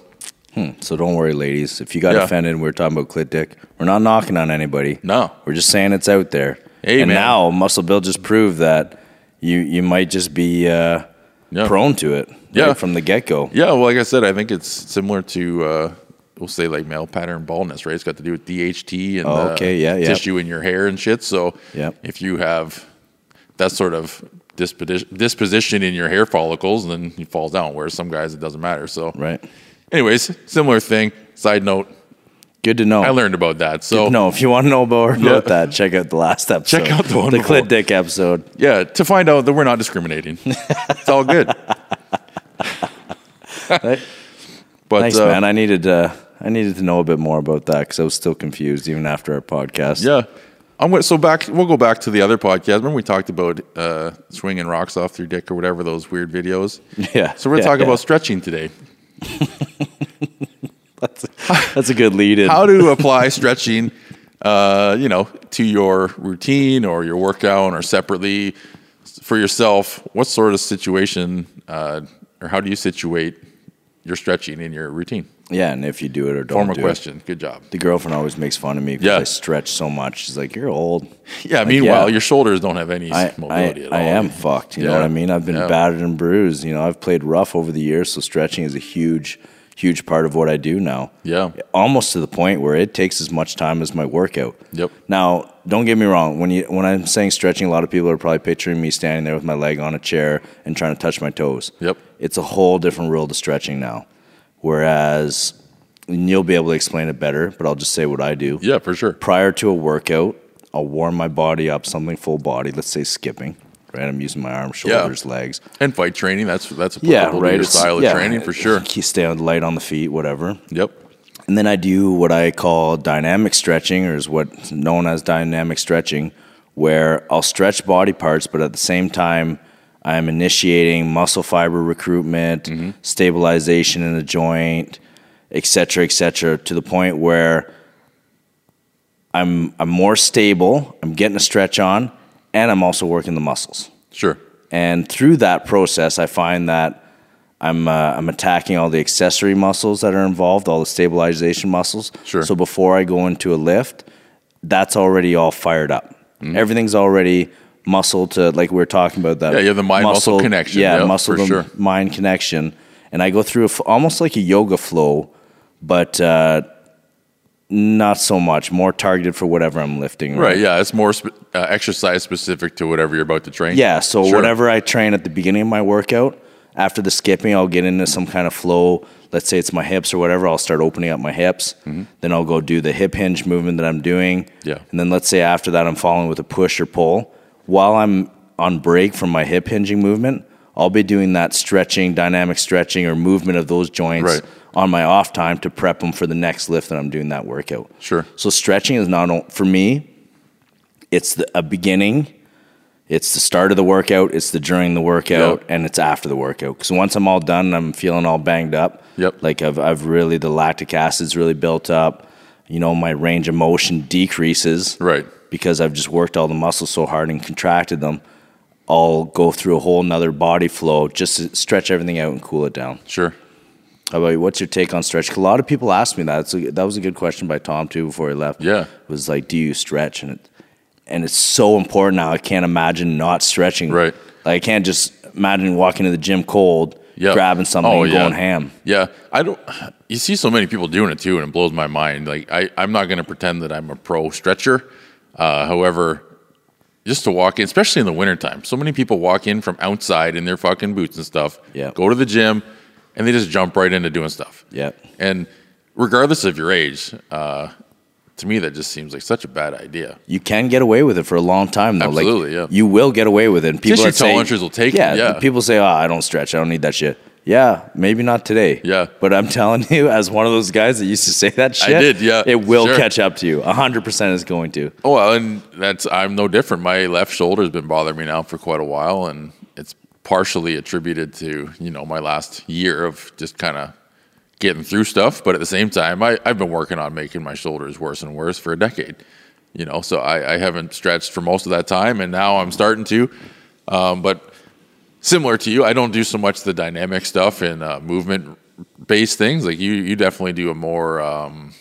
S3: So don't worry, ladies. If you got
S2: Yeah.
S3: offended, we were talking about clit dick. We're not knocking on anybody.
S2: No.
S3: We're just saying it's out there.
S2: Hey,
S3: and
S2: man.
S3: now Muscle Bill just proved that you you might just be uh,
S2: Yeah.
S3: prone to it
S2: Yeah.
S3: right from the get go.
S2: Yeah, well, like I said, I think it's similar to uh, we'll say like male pattern baldness, right? It's got to do with DHT and
S3: Oh,
S2: the
S3: okay, yeah, yeah.
S2: tissue in your hair and shit. So
S3: Yep.
S2: if you have that sort of disposition, disposition in your hair follicles, then he falls down. Whereas some guys, it doesn't matter. So
S3: Right.
S2: Anyways, similar thing. Side note,
S3: Good to know.
S2: I learned about that. So
S3: no, if you want to know more about
S2: Yeah.
S3: that, check out the last episode.
S2: Check out the one
S3: the
S2: before.
S3: clit dick episode.
S2: yeah, to find out that we're not discriminating, it's all good. But
S3: Thanks,
S2: uh,
S3: man. I needed uh, I needed to know a bit more about that because I was still confused even after our podcast.
S2: Yeah. I'm going so back. We'll go back to the other podcast. Remember we talked about uh, swinging rocks off your dick or whatever those weird videos.
S3: Yeah,
S2: So we're
S3: yeah,
S2: talking
S3: yeah.
S2: about stretching today.
S3: That's a good lead in.
S2: How to apply stretching, uh, you know, to your routine or your workout or separately. for yourself, what sort of situation uh, or how do you situate your stretching in your routine?
S3: Yeah, and if you do it or don't
S2: Formal
S3: do it.
S2: question. Good job.
S3: The girlfriend always makes fun of me because
S2: Yeah.
S3: I stretch so much. She's like, "You're old."
S2: Yeah.
S3: Like,
S2: Meanwhile,
S3: yeah.
S2: your shoulders don't have any
S3: I,
S2: mobility
S3: I,
S2: at all.
S3: I am fucked. You know
S2: Yeah.
S3: what I mean? I've been
S2: Yeah.
S3: battered and bruised. You know, I've played rough over the years, so stretching is a huge, huge part of what I do now.
S2: Yeah.
S3: Almost to the point where it takes as much time as my workout.
S2: Yep.
S3: Now, don't get me wrong. When you when I'm saying stretching, a lot of people are probably picturing me standing there with my leg on a chair and trying to touch my toes.
S2: Yep.
S3: It's a whole different world of stretching now. Whereas, and you'll be able to explain it better, but I'll just say what I do
S2: Yeah, for sure.
S3: prior to a workout, I'll warm my body up, something full body, let's say skipping, right? I'm using my arms,
S2: Yeah.
S3: shoulders, legs.
S2: And fight training. That's that's
S3: Yeah,
S2: applicable to
S3: right.
S2: your
S3: it's-
S2: style of
S3: yeah,
S2: training for sure.
S3: Keep- Stay on light on the feet, whatever.
S2: Yep.
S3: And then I do what I call dynamic stretching, or is what's known as dynamic stretching, where I'll stretch body parts, but at the same time, I'm initiating muscle fiber recruitment, stabilization in the joint, et cetera, et cetera, to the point where I'm, I'm more stable, I'm getting a stretch on, and I'm also working the muscles.
S2: Sure.
S3: And through that process, I find that I'm uh, I'm attacking all the accessory muscles that are involved, all the stabilization muscles.
S2: Sure.
S3: So before I go into a lift, that's already all fired up.
S2: Mm-hmm.
S3: Everything's already muscle to like we were talking about that.
S2: Yeah, you have the mind-muscle connection.
S3: Yeah,
S2: Yeah,
S3: muscle
S2: for
S3: to
S2: sure.
S3: mind connection. And I go through a f almost like a yoga flow, but uh, not so much. More targeted for whatever I'm lifting.
S2: Right. Yeah. It's more sp- uh, exercise specific to whatever you're about to train.
S3: Yeah, so
S2: Sure.
S3: whatever I train at the beginning of my workout, after the skipping, I'll get into some kind of flow. Let's say it's my hips or whatever. I'll start opening up my hips. Then I'll go do the hip hinge movement that I'm doing.
S2: Mm-hmm. Yeah.
S3: And then let's say after that, I'm following with a push or pull. While I'm on break from my hip hinging movement, I'll be doing that stretching, dynamic stretching, or movement of those joints
S2: Right.
S3: on my off time to prep them for the next lift that I'm doing that workout.
S2: Sure.
S3: So stretching is not o- for me. It's the, a beginning. It's the start of the workout. It's the during the workout,
S2: Yep.
S3: and it's after the workout. Because once I'm all done, and I'm feeling all banged up.
S2: Yep.
S3: Like I've I've really the lactic acid's really built up. You know, my range of motion decreases.
S2: Right.
S3: Because I've just worked all the muscles so hard and contracted them. I'll go through a whole nother body flow just to stretch everything out and cool it down.
S2: Sure.
S3: How about you? What's your take on stretch? 'Cause A lot of people ask me that. It's a, that was a good question by Tom too before he left.
S2: Yeah.
S3: was like, do you stretch? And it, and it's so important now. I can't imagine not stretching.
S2: Right.
S3: Like I can't just imagine walking to the gym cold,
S2: Yeah.
S3: grabbing something,
S2: Oh,
S3: and
S2: yeah.
S3: going ham.
S2: Yeah, I don't. You see so many people doing it too, and it blows my mind. Like I, I'm not going to pretend that I'm a pro stretcher. Uh, however, just to walk in, especially in the wintertime, so many people walk in from outside in their fucking boots and stuff.
S3: Yeah.
S2: Go to the gym, and they just jump right into doing stuff.
S3: Yeah.
S2: And regardless of your age, uh, to me that just seems like such a bad idea.
S3: You can get away with it for a long time though.
S2: Absolutely, yeah.
S3: like, You will get away with it. And people
S2: Tissue
S3: that say-
S2: tolerances will take it,
S3: Yeah.
S2: yeah.
S3: People say, "Oh, I don't stretch. I don't need that shit." Yeah, maybe not today.
S2: Yeah.
S3: But I'm telling you, as one of those guys that used to say that shit,
S2: did, yeah,
S3: It will
S2: sure.
S3: catch up to you. hundred percent is going to.
S2: Oh well, and that's I'm no different. My left shoulder's been bothering me now for quite a while, and it's partially attributed to you know my last year of just kind of getting through stuff. But at the same time, I, I've been working on making my shoulders worse and worse for a decade. You know, so I, I haven't stretched for most of that time, and now I'm starting to. Um, but similar to you, I don't do so much the dynamic stuff and uh, movement based things. Like you, you definitely do a more. Um,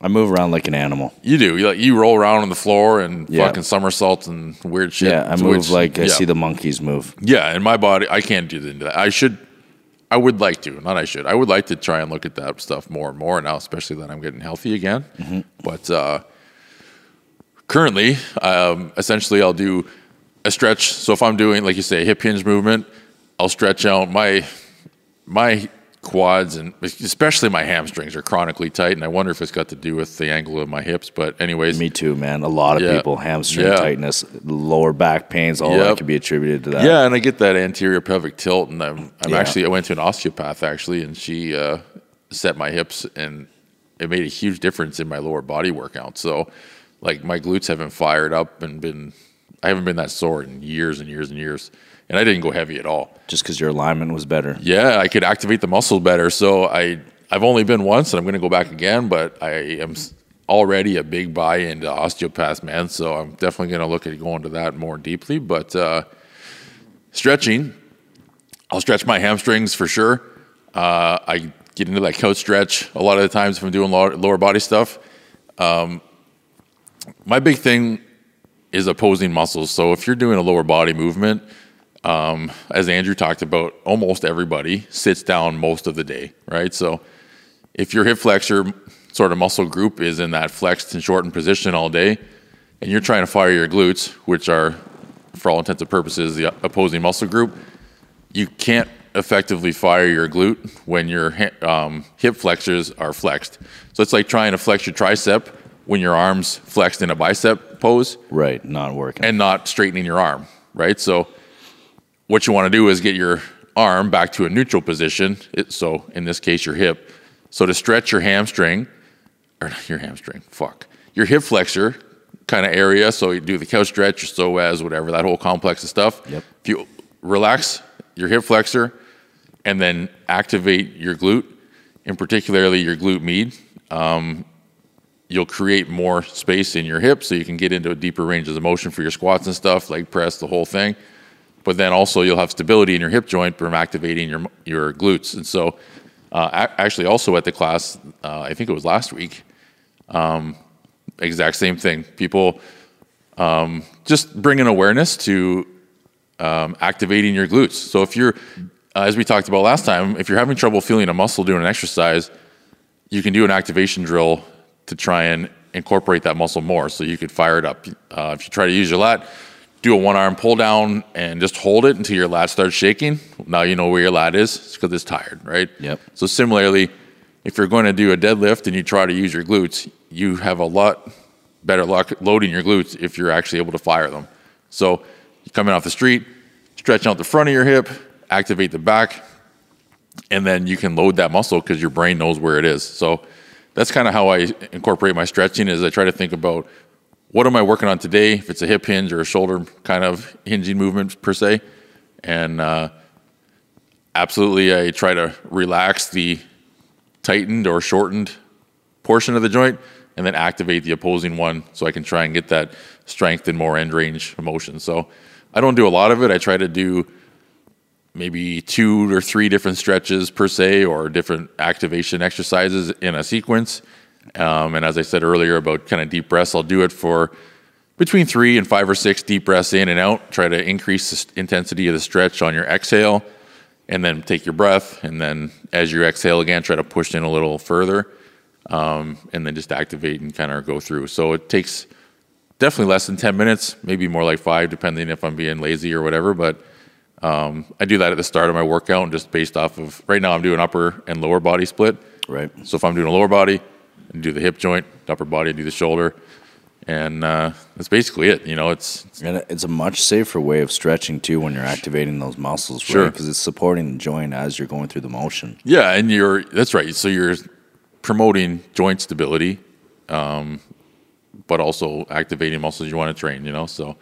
S3: I move around like an animal.
S2: you do. You, like, you roll around on the floor and
S3: Yeah.
S2: fucking somersaults and weird shit.
S3: Yeah, I
S2: to
S3: move
S2: which-
S3: like I
S2: yeah.
S3: see the monkeys move.
S2: Yeah, and my body, I can't do that. I should, I would like to, not I should. I would like to try and look at that stuff more and more now, especially that I'm getting healthy again.
S3: Mm-hmm.
S2: But uh, currently, um, essentially, I'll do a stretch. So if I'm doing, like you say, a hip hinge movement, I'll stretch out my my quads and especially my hamstrings are chronically tight, and I wonder if it's got to do with the angle of my hips. But anyways,
S3: Me too, man. A lot of
S2: Yeah.
S3: people hamstring
S2: Yeah.
S3: tightness, lower back pains, all
S2: Yep.
S3: that could be attributed to that.
S2: Yeah, and I get that anterior pelvic tilt, and I'm, I'm
S3: Yeah.
S2: actually I went to an osteopath actually, and she uh, set my hips, and it made a huge difference in my lower body workout. So, like my glutes haven't fired up and been, I haven't been that sore in years and years and years, and I didn't go heavy at all.
S3: Just because your alignment was better.
S2: Yeah, I could activate the muscle better. So I I've only been once, and I'm going to go back again. But I am s- already a big buy into osteopaths, man. So I'm definitely going to look at going to that more deeply. But uh, Stretching, I'll stretch my hamstrings for sure. Uh, I get into that coat stretch a lot of the times if I'm doing lower, lower body stuff. Um, my big thing is opposing muscles. So if you're doing a lower body movement, um, as Andrew talked about, almost everybody sits down most of the day, right? So if your hip flexor sort of muscle group is in that flexed and shortened position all day, and you're trying to fire your glutes, which are, for all intents and purposes, the opposing muscle group, you can't effectively fire your glute when your hi- um, hip flexors are flexed. So it's like trying to flex your tricep when your arms flexed in a bicep pose
S3: Right, not working.
S2: and not straightening your arm, right? So what you want to do is get your arm back to a neutral position. It, so in this case, your hip. So to stretch your hamstring, or not your hamstring, fuck, your hip flexor kind of area. So you do the couch stretch, your psoas, whatever, that whole complex of stuff.
S3: Yep.
S2: If you relax your hip flexor and then activate your glute, and particularly your glute med, you'll create more space in your hips so you can get into a deeper ranges of motion for your squats and stuff, leg press, the whole thing. But then also you'll have stability in your hip joint from activating your your glutes. And so, uh, a- actually, also at the class, uh, I think it was last week, um, exact same thing. People um, just bring an awareness to um, activating your glutes. So if you're, uh, as we talked about last time, if you're having trouble feeling a muscle doing an exercise, you can do an activation drill to try and incorporate that muscle more so you could fire it up. Uh, if you try to use your lat, do a one arm pull down and just hold it until your lat starts shaking. Now you know where your lat is. It's because it's tired, right?
S3: Yep.
S2: So similarly, if you're going to do a deadlift and you try to use your glutes, you have a lot better luck loading your glutes if you're actually able to fire them. So you're coming off the street, stretch out the front of your hip, activate the back, and then you can load that muscle because your brain knows where it is. So that's kind of how I incorporate my stretching is I try to think about what am I working on today? If it's a hip hinge or a shoulder kind of hinging movement per se, and uh, absolutely I try to relax the tightened or shortened portion of the joint and then activate the opposing one so I can try and get that strength and more end range motion. So I don't do a lot of it. I try to do maybe two or three different stretches per se or different activation exercises in a sequence. Um, and as I said earlier about kind of deep breaths, I'll do it for between three and five or six deep breaths in and out. Try to increase the st- intensity of the stretch on your exhale and then take your breath. And then as you exhale again, try to push in a little further um, and then just activate and kind of go through. So it takes definitely less than 10 minutes, maybe more like five, depending if I'm being lazy or whatever. But um, I do that at the start of my workout and just based off of right now I'm doing upper and lower body split.
S3: right.
S2: So if I'm doing a lower body, I do the hip joint, upper body, I do the shoulder. And uh, that's basically it. You know, it's, it's
S3: And it's a much safer way of stretching too when you're activating those muscles,
S2: Sure.
S3: Because it's supporting the joint as you're going through the motion.
S2: yeah, and you're that's right. So you're promoting joint stability, um, but also activating muscles you want to train. You know, so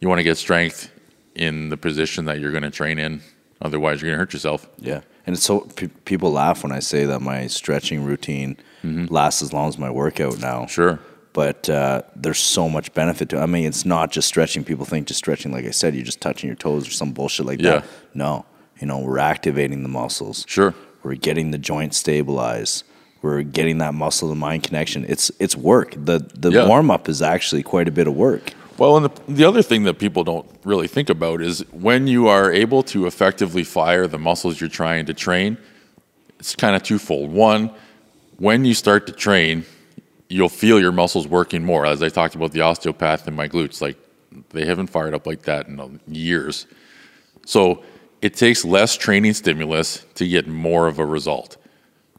S2: you want to get strength in the position that you're going to train in. Otherwise, you're going to hurt yourself.
S3: Yeah, and it's so pe- people laugh when I say that my stretching routine
S2: Mm-hmm.
S3: lasts as long as my workout now.
S2: Sure.
S3: but uh, there's so much benefit to. it. I mean, it's not just stretching. People think just stretching, like I said, you're just touching your toes or some bullshit like that.
S2: Yeah.
S3: No, you know, we're activating the muscles.
S2: Sure.
S3: we're getting the joint stabilized. We're getting that muscle to mind connection. It's it's work. The the
S2: Yeah.
S3: warm up is actually quite a bit of work.
S2: Well, and the, the other thing that people don't really think about is when you are able to effectively fire the muscles you're trying to train, it's kind of twofold. One, when you start to train, you'll feel your muscles working more. As I talked about the osteopath and my glutes, like they haven't fired up like that in uh, years. So it takes less training stimulus to get more of a result.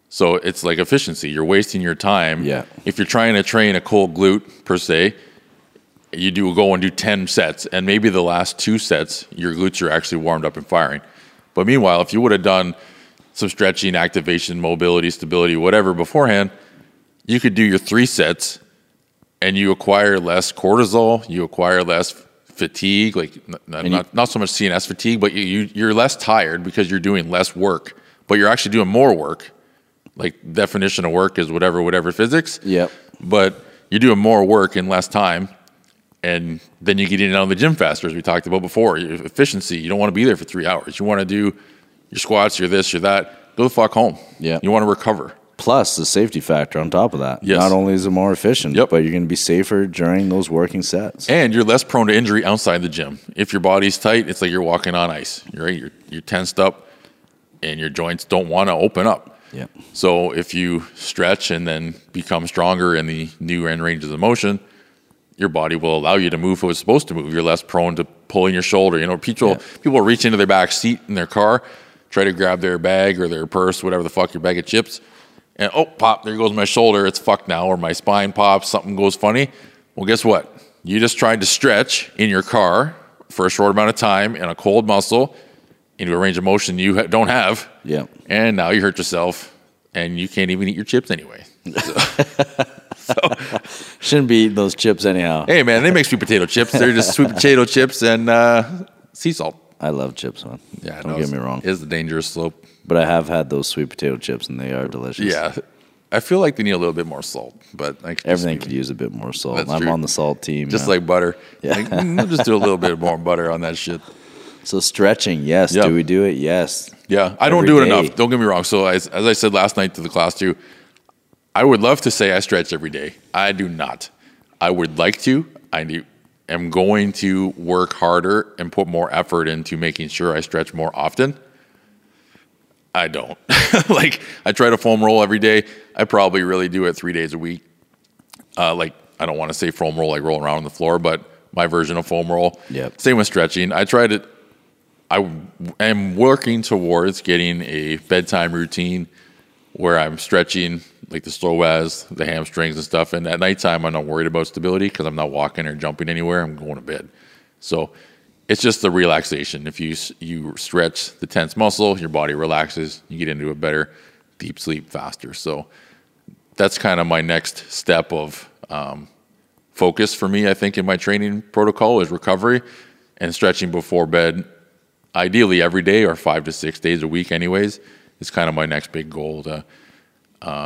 S2: So it's like efficiency. You're wasting your time.
S3: Yeah.
S2: If you're trying to train a cold glute per se, you do go and do 10 sets and maybe the last two sets your glutes are actually warmed up and firing but meanwhile if you would have done some stretching activation mobility stability whatever beforehand you could do your three sets and you acquire less cortisol you acquire less fatigue like n- n- not, not so much cns fatigue but you, you, you're less tired because you're doing less work but you're actually doing more work like definition of work is whatever whatever physics
S3: Yep.
S2: but you're doing more work in less time and then you get in and out of the gym faster, as we talked about before. Your efficiency, you don't want to be there for three hours. You want to do your squats, your this, your that. Go the fuck home.
S3: Yeah.
S2: You want to recover.
S3: Plus the safety factor on top of that.
S2: Yes.
S3: Not only is it more efficient,
S2: Yep.
S3: but you're going to be safer during those working sets.
S2: And you're less prone to injury outside the gym. If your body's tight, it's like you're walking on ice. You're you're, you're tensed up, and your joints don't want to open up.
S3: Yep.
S2: So if you stretch and then become stronger in the new end ranges of motion, your body will allow you to move how it's supposed to move. You're less prone to pulling your shoulder. You know, people
S3: Yeah.
S2: people reach into their back seat in their car, try to grab their bag or their purse, whatever the fuck your bag of chips, and oh pop, there goes my shoulder. It's fucked now, or my spine pops. Something goes funny. Well, guess what? You just tried to stretch in your car for a short amount of time in a cold muscle into a range of motion you ha- don't have.
S3: Yeah.
S2: And now you hurt yourself, and you can't even eat your chips anyway.
S3: Shouldn't be eating those chips anyhow.
S2: Hey man, they make sweet potato chips. They're just sweet potato chips and uh, sea salt.
S3: I love chips, man.
S2: Yeah,
S3: Don't
S2: no,
S3: get
S2: it's-
S3: me wrong.
S2: It's the dangerous slope.
S3: But I have had those sweet potato chips and they are delicious.
S2: Yeah, I feel like they need a little bit more salt, but I could just
S3: Everything
S2: be-
S3: could use a bit more salt.
S2: That's
S3: I'm
S2: true.
S3: on the salt team.
S2: just
S3: man.
S2: like butter. Like, mm, we'll just do a little bit more butter on that shit.
S3: so stretching, yes.
S2: Yeah.
S3: Do we do it? Yes.
S2: Yeah, I don't
S3: Every
S2: do it
S3: day.
S2: enough. Don't get me wrong. So as, as I said last night to the class too, I would love to say I stretch every day. I do not. I would like to. I do, am going to work harder and put more effort into making sure I stretch more often. I don't. like I try to foam roll every day. I probably really do it three days a week. Uh, like I don't want to say foam roll like roll around on the floor, but my version of foam roll.
S3: Yep.
S2: Same with stretching. I try to. I am working towards getting a bedtime routine where I'm stretching like the psoas, the hamstrings and stuff. And at nighttime, I'm not worried about stability because I'm not walking or jumping anywhere. I'm going to bed. So it's just the relaxation. If you s- you stretch the tense muscle, your body relaxes. You get into a better deep sleep faster. So that's kind of my next step of um, focus for me. I think in my training protocol is recovery and stretching before bed ideally every day or five to six days a week anyways is kind of my next big goal to uh,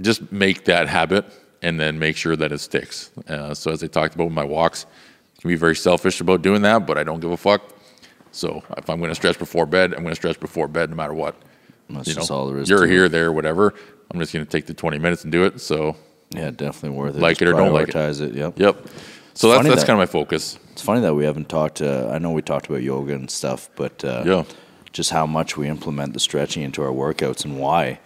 S2: just make that habit and then make sure that it sticks uh, so as i talked about with my walks I can be very selfish about doing that but i don't give a fuck so if i'm going to stretch before bed i'm going to stretch before bed no matter what
S3: That's
S2: you
S3: just
S2: know
S3: all there is
S2: you're
S3: to it.
S2: here there whatever i'm just going to take the 20 minutes and do it so
S3: Yeah, definitely worth it.
S2: Like
S3: Just
S2: it or don't like it.
S3: prioritize it. Yep.
S2: yep so that's
S3: Funny
S2: that's
S3: that-
S2: kind of my focus
S3: It's funny that we haven't talked. Uh, I know we talked about yoga and stuff, but uh,
S2: Yeah.
S3: just how much we implement the stretching into our workouts and why.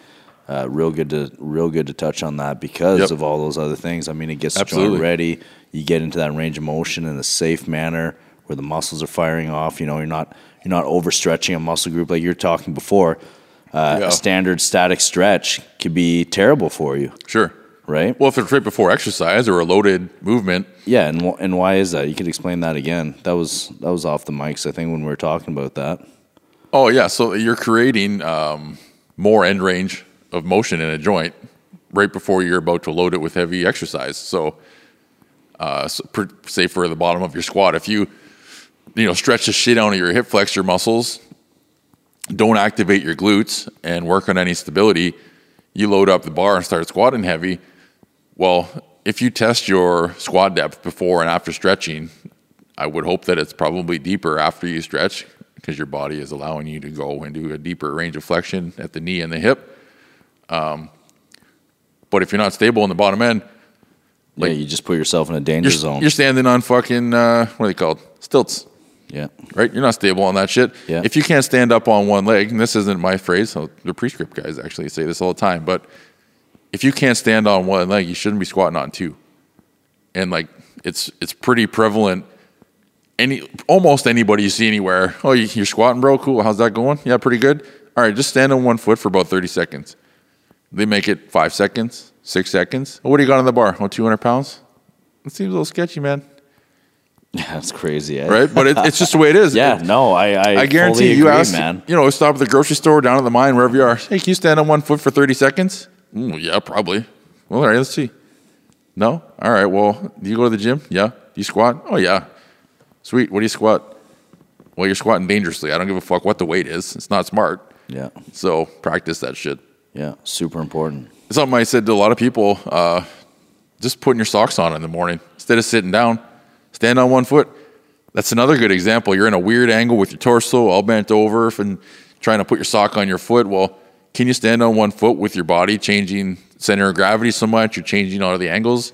S3: Uh, real good to real good to touch on that because
S2: Yep.
S3: of all those other things. I mean, it gets the
S2: Absolutely.
S3: joint ready. You get into that range of motion in a safe manner where the muscles are firing off. You know, you're not you're not overstretching a muscle group like you were talking before. Uh,
S2: Yeah.
S3: A standard static stretch could be terrible for you,
S2: sure
S3: right?
S2: well if it's right before exercise or a loaded movement
S3: Yeah, and wh- and why is that? You could explain that again. That was that was off the mics, I think, when we were talking about that.
S2: Oh yeah, so you're creating um, more end range of motion in a joint right before you're about to load it with heavy exercise. So, uh, s- per, say for the bottom of your squat, if you you know stretch the shit out of your hip flexor muscles, don't activate your glutes and work on any stability, you load up the bar and start squatting heavy. Well, if you test your squat depth before and after stretching, I would hope that it's probably deeper after you stretch because your body is allowing you to go into a deeper range of flexion at the knee and the hip. Um, but if you're not stable in the bottom end,
S3: yeah, you just put yourself in a danger
S2: you're,
S3: zone.
S2: you're standing on fucking, uh, what are they called? Stilts
S3: yeah,
S2: right? You're not stable on that shit.
S3: Yeah.
S2: If you can't stand up on one leg, and this isn't my phrase, so the prescript guys actually say this all the time, but if you can't stand on one leg, you shouldn't be squatting on two. And like it's it's pretty prevalent. Any almost anybody you see anywhere. Oh, you, you're squatting, bro. Cool. How's that going? Yeah, pretty good. All right, just stand on one foot for about thirty seconds. They make it five seconds, six seconds. Oh, what do you got on the bar? Oh, 200 pounds. It seems a little sketchy, man.
S3: that's crazy. Eh?
S2: Right? But it, it's just the way it is.
S3: Yeah,
S2: It-
S3: no, I I,
S2: I guarantee
S3: fully
S2: you
S3: agree,
S2: ask,
S3: man.
S2: you know, stop at the grocery store, down at the mine, wherever you are. Hey, can you stand on one foot for 30 seconds? Mm, yeah, probably. Well, all right, let's see. No? All right, well, do you go to the gym? Yeah. Do you squat? Oh, yeah. Sweet. What do you squat? Well, you're squatting dangerously. I don't give a fuck what the weight is. It's not smart.
S3: Yeah,
S2: So practice that shit.
S3: yeah, super important.
S2: It's something I said to a lot of people uh, just putting your socks on in the morning instead of sitting down. Stand on one foot. That's another good example. You're in a weird angle with your torso all bent over and trying to put your sock on your foot. Well, can you stand on one foot with your body changing center of gravity so much? You're changing all of the angles.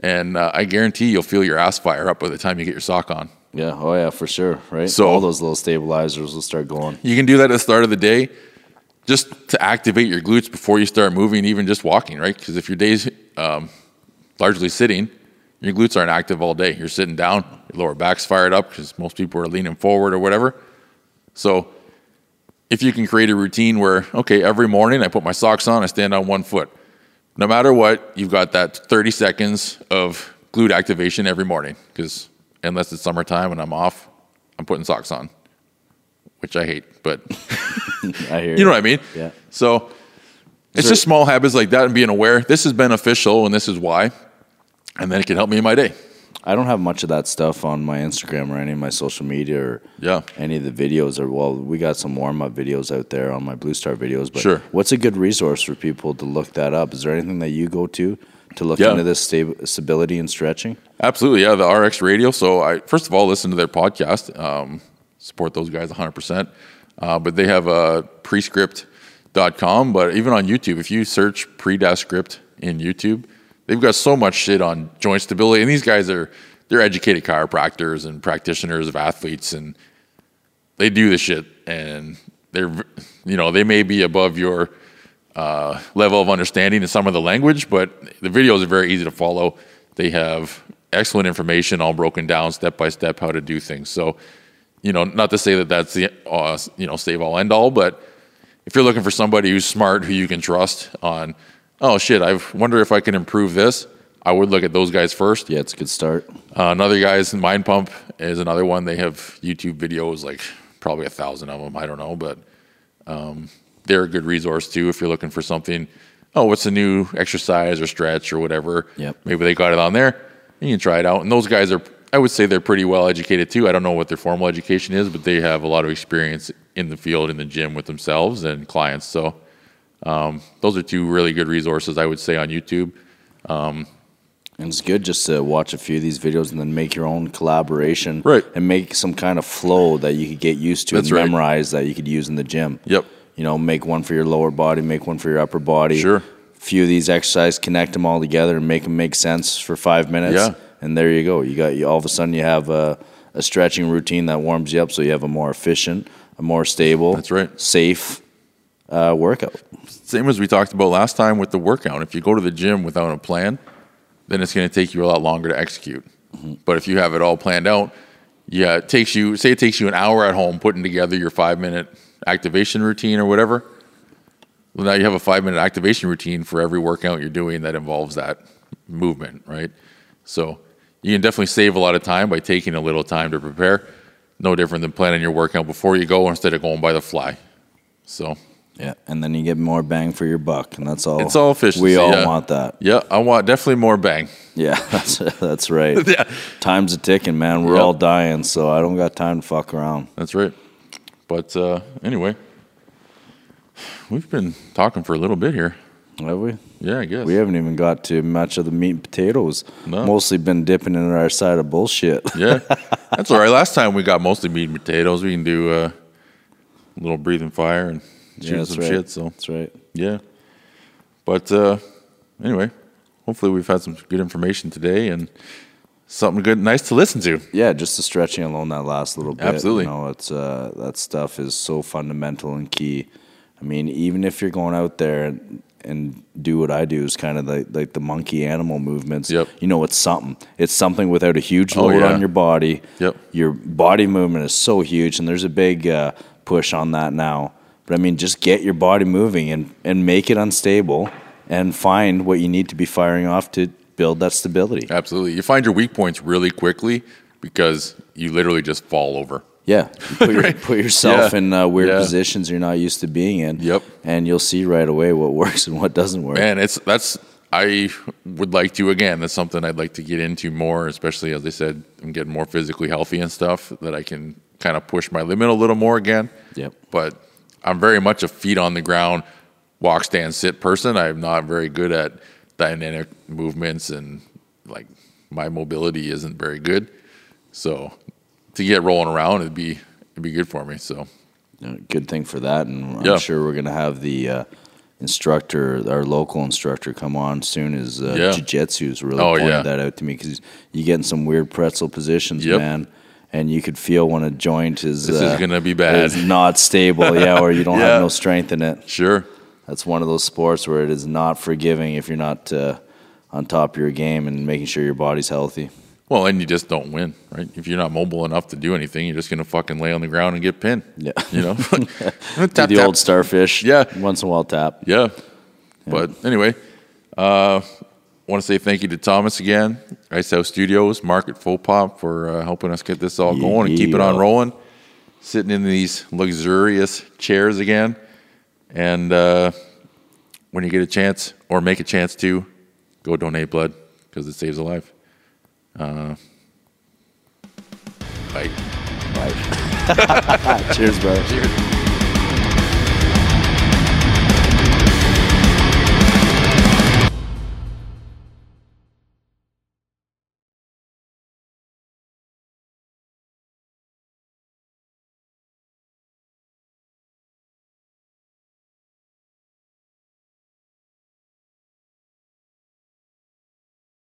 S2: And uh, I guarantee you'll feel your ass fire up by the time you get your sock on.
S3: Yeah. Oh yeah, for sure. Right.
S2: So-
S3: all those little stabilizers will start going.
S2: You can do that at the start of the day just to activate your glutes before you start moving, even just walking, right? Because if your day's um, largely sitting, your glutes aren't active all day. You're sitting down, your lower back's fired up because most people are leaning forward or whatever. So if you can create a routine where, okay, every morning I put my socks on, I stand on one foot. No matter what, you've got that 30 seconds of glute activation every morning because unless it's summertime and I'm off, I'm putting socks on, which I hate, but
S3: I hear
S2: you know what I mean?
S3: Yeah.
S2: So it's just small habits like that and being aware this is beneficial and this is why. And then it can help me in my day.
S3: I don't have much of that stuff on my Instagram or any of my social media or
S2: Yeah.
S3: any of the videos. Or well, we got some warm up videos out there on my Blue Star videos. But
S2: Sure.
S3: what's a good resource for people to look that up? Is there anything that you go to to look
S2: Yeah.
S3: into this stab- stability and stretching?
S2: Absolutely. Yeah. The RX radio. So I, first of all, listen to their podcast, um, support those guys hundred percent. Uh, but they have a prescript.com, but even on YouTube, if you search pre-script in YouTube, they've got so much shit on joint stability. And these guys are, they're educated chiropractors and practitioners of athletes and they do this shit and they're you know they may be above your uh, level of understanding in some of the language but the videos are very easy to follow they have excellent information all broken down step by step how to do things so you know not to say that that's the uh, you know save all end all but if you're looking for somebody who's smart who you can trust on oh shit i wonder if i can improve this i would look at those guys first
S3: Yeah, it's a good start.
S2: uh, another guy's Mind Pump is another one. They have YouTube videos, like probably a thousand of them. I don't know, but um, they're a good resource too if you're looking for something. Oh, what's a new exercise or stretch or whatever?
S3: Yep.
S2: Maybe they got it on there. And you can try it out. And those guys are, I would say, they're pretty well educated too. I don't know what their formal education is, but they have a lot of experience in the field, in the gym with themselves and clients. So um, those are two really good resources I would say on YouTube.
S3: And it's good just to watch a few of these videos and then make your own collaboration,
S2: Right.
S3: And make some kind of flow that you could get used to
S2: That's
S3: and
S2: right.
S3: memorize that you could use in the gym.
S2: Yep.
S3: You know, make one for your lower body, make one for your upper body.
S2: Sure.
S3: Few of these exercises, connect them all together and make them make sense for five minutes.
S2: Yeah.
S3: And there you go. You got you, all of a sudden you have a, a stretching routine that warms you up, so you have a more efficient, a more stable,
S2: That's right.
S3: safe uh, workout.
S2: same as we talked about last time with the workout. If you go to the gym without a plan, then it's going to take you a lot longer to execute. But if you have it all planned out, yeah, it takes you, say it takes you an hour at home putting together your five minute activation routine or whatever. Well, now you have a five minute activation routine for every workout you're doing that involves that movement, right? So you can definitely save a lot of time by taking a little time to prepare. No different than planning your workout before you go instead of going by the fly. So
S3: Yeah, and then you get more bang for your buck, and that's all.
S2: It's all efficiency,
S3: We all
S2: yeah.
S3: want that.
S2: Yeah, I want definitely more bang.
S3: Yeah, that's, that's right.
S2: Yeah.
S3: Time's a ticking, man. We're
S2: Yep.
S3: all dying, so I don't got time to fuck around.
S2: That's right. But uh, anyway, we've been talking for a little bit here.
S3: Have we?
S2: Yeah, I guess.
S3: We haven't even got to much of the meat and potatoes.
S2: No.
S3: Mostly been dipping into our side of bullshit.
S2: Yeah, that's all right. Last time we got mostly meat and potatoes. We can do uh, a little breathing fire and
S3: Yeah,
S2: shooting
S3: that's
S2: some
S3: right.
S2: shit. So
S3: That's right.
S2: yeah. But uh, anyway, hopefully we've had some good information today and something good, nice to listen to.
S3: Yeah, just the stretching alone, that last little bit.
S2: Absolutely.
S3: You know, it's, uh, that stuff is so fundamental and key. I mean, even if you're going out there and, and do what I do is kind of like, like the monkey animal movements.
S2: Yep.
S3: You know, it's something. It's something without a huge
S2: Oh,
S3: load
S2: yeah.
S3: on your body.
S2: Yep.
S3: Your body movement is so huge, and there's a big uh, push on that now. But I mean, just get your body moving and, and make it unstable and find what you need to be firing off to build that stability.
S2: Absolutely, you find your weak points really quickly because you literally just fall over.
S3: Yeah, you put, your, put yourself
S2: Yeah.
S3: in uh, weird
S2: Yeah.
S3: positions you're not used to being in.
S2: Yep.
S3: and you'll see right away what works and what doesn't work.
S2: Man, it's that's I would like to again. That's something I'd like to get into more, especially as I said, I'm getting more physically healthy and stuff that I can kind of push my limit a little more again.
S3: Yep.
S2: But I'm very much a feet on the ground, walk, stand, sit person. I'm not very good at dynamic movements and like my mobility isn't very good. So to get rolling around, it'd be it'd be good for me. So
S3: Uh, Good thing for that, and I'm
S2: Yeah.
S3: sure we're gonna have the uh, instructor, our local instructor, come on soon. Is uh,
S2: Yeah.
S3: jiu-jitsu is really
S2: Oh,
S3: pointed
S2: yeah.
S3: that out to me because you get in some weird pretzel positions,
S2: Yep.
S3: man, and you could feel when a joint is
S2: This is
S3: uh,
S2: gonna be bad.
S3: is not stable, yeah, or you don't
S2: Yeah.
S3: have no strength in it.
S2: sure,
S3: That's one of those sports where it is not forgiving if you're not uh, on top of your game and making sure your body's healthy.
S2: well, and you just don't win, right? If you're not mobile enough to do anything, you're just gonna fucking lay on the ground and get pinned.
S3: Yeah.
S2: you know, tap,
S3: Do the
S2: tap.
S3: old starfish,
S2: Yeah.
S3: once in a while tap.
S2: Yeah. But anyway, uh, want to say thank you to Thomas again, Ice House Studios, Market Faux Pop for uh, helping us get this all
S3: Yeah,
S2: going and keep it on
S3: yeah.
S2: rolling. Sitting in these luxurious chairs again. And uh, when you get a chance or make a chance to, go donate blood because it saves a life. Uh, bye.
S3: Cheers, bro.
S2: Cheers.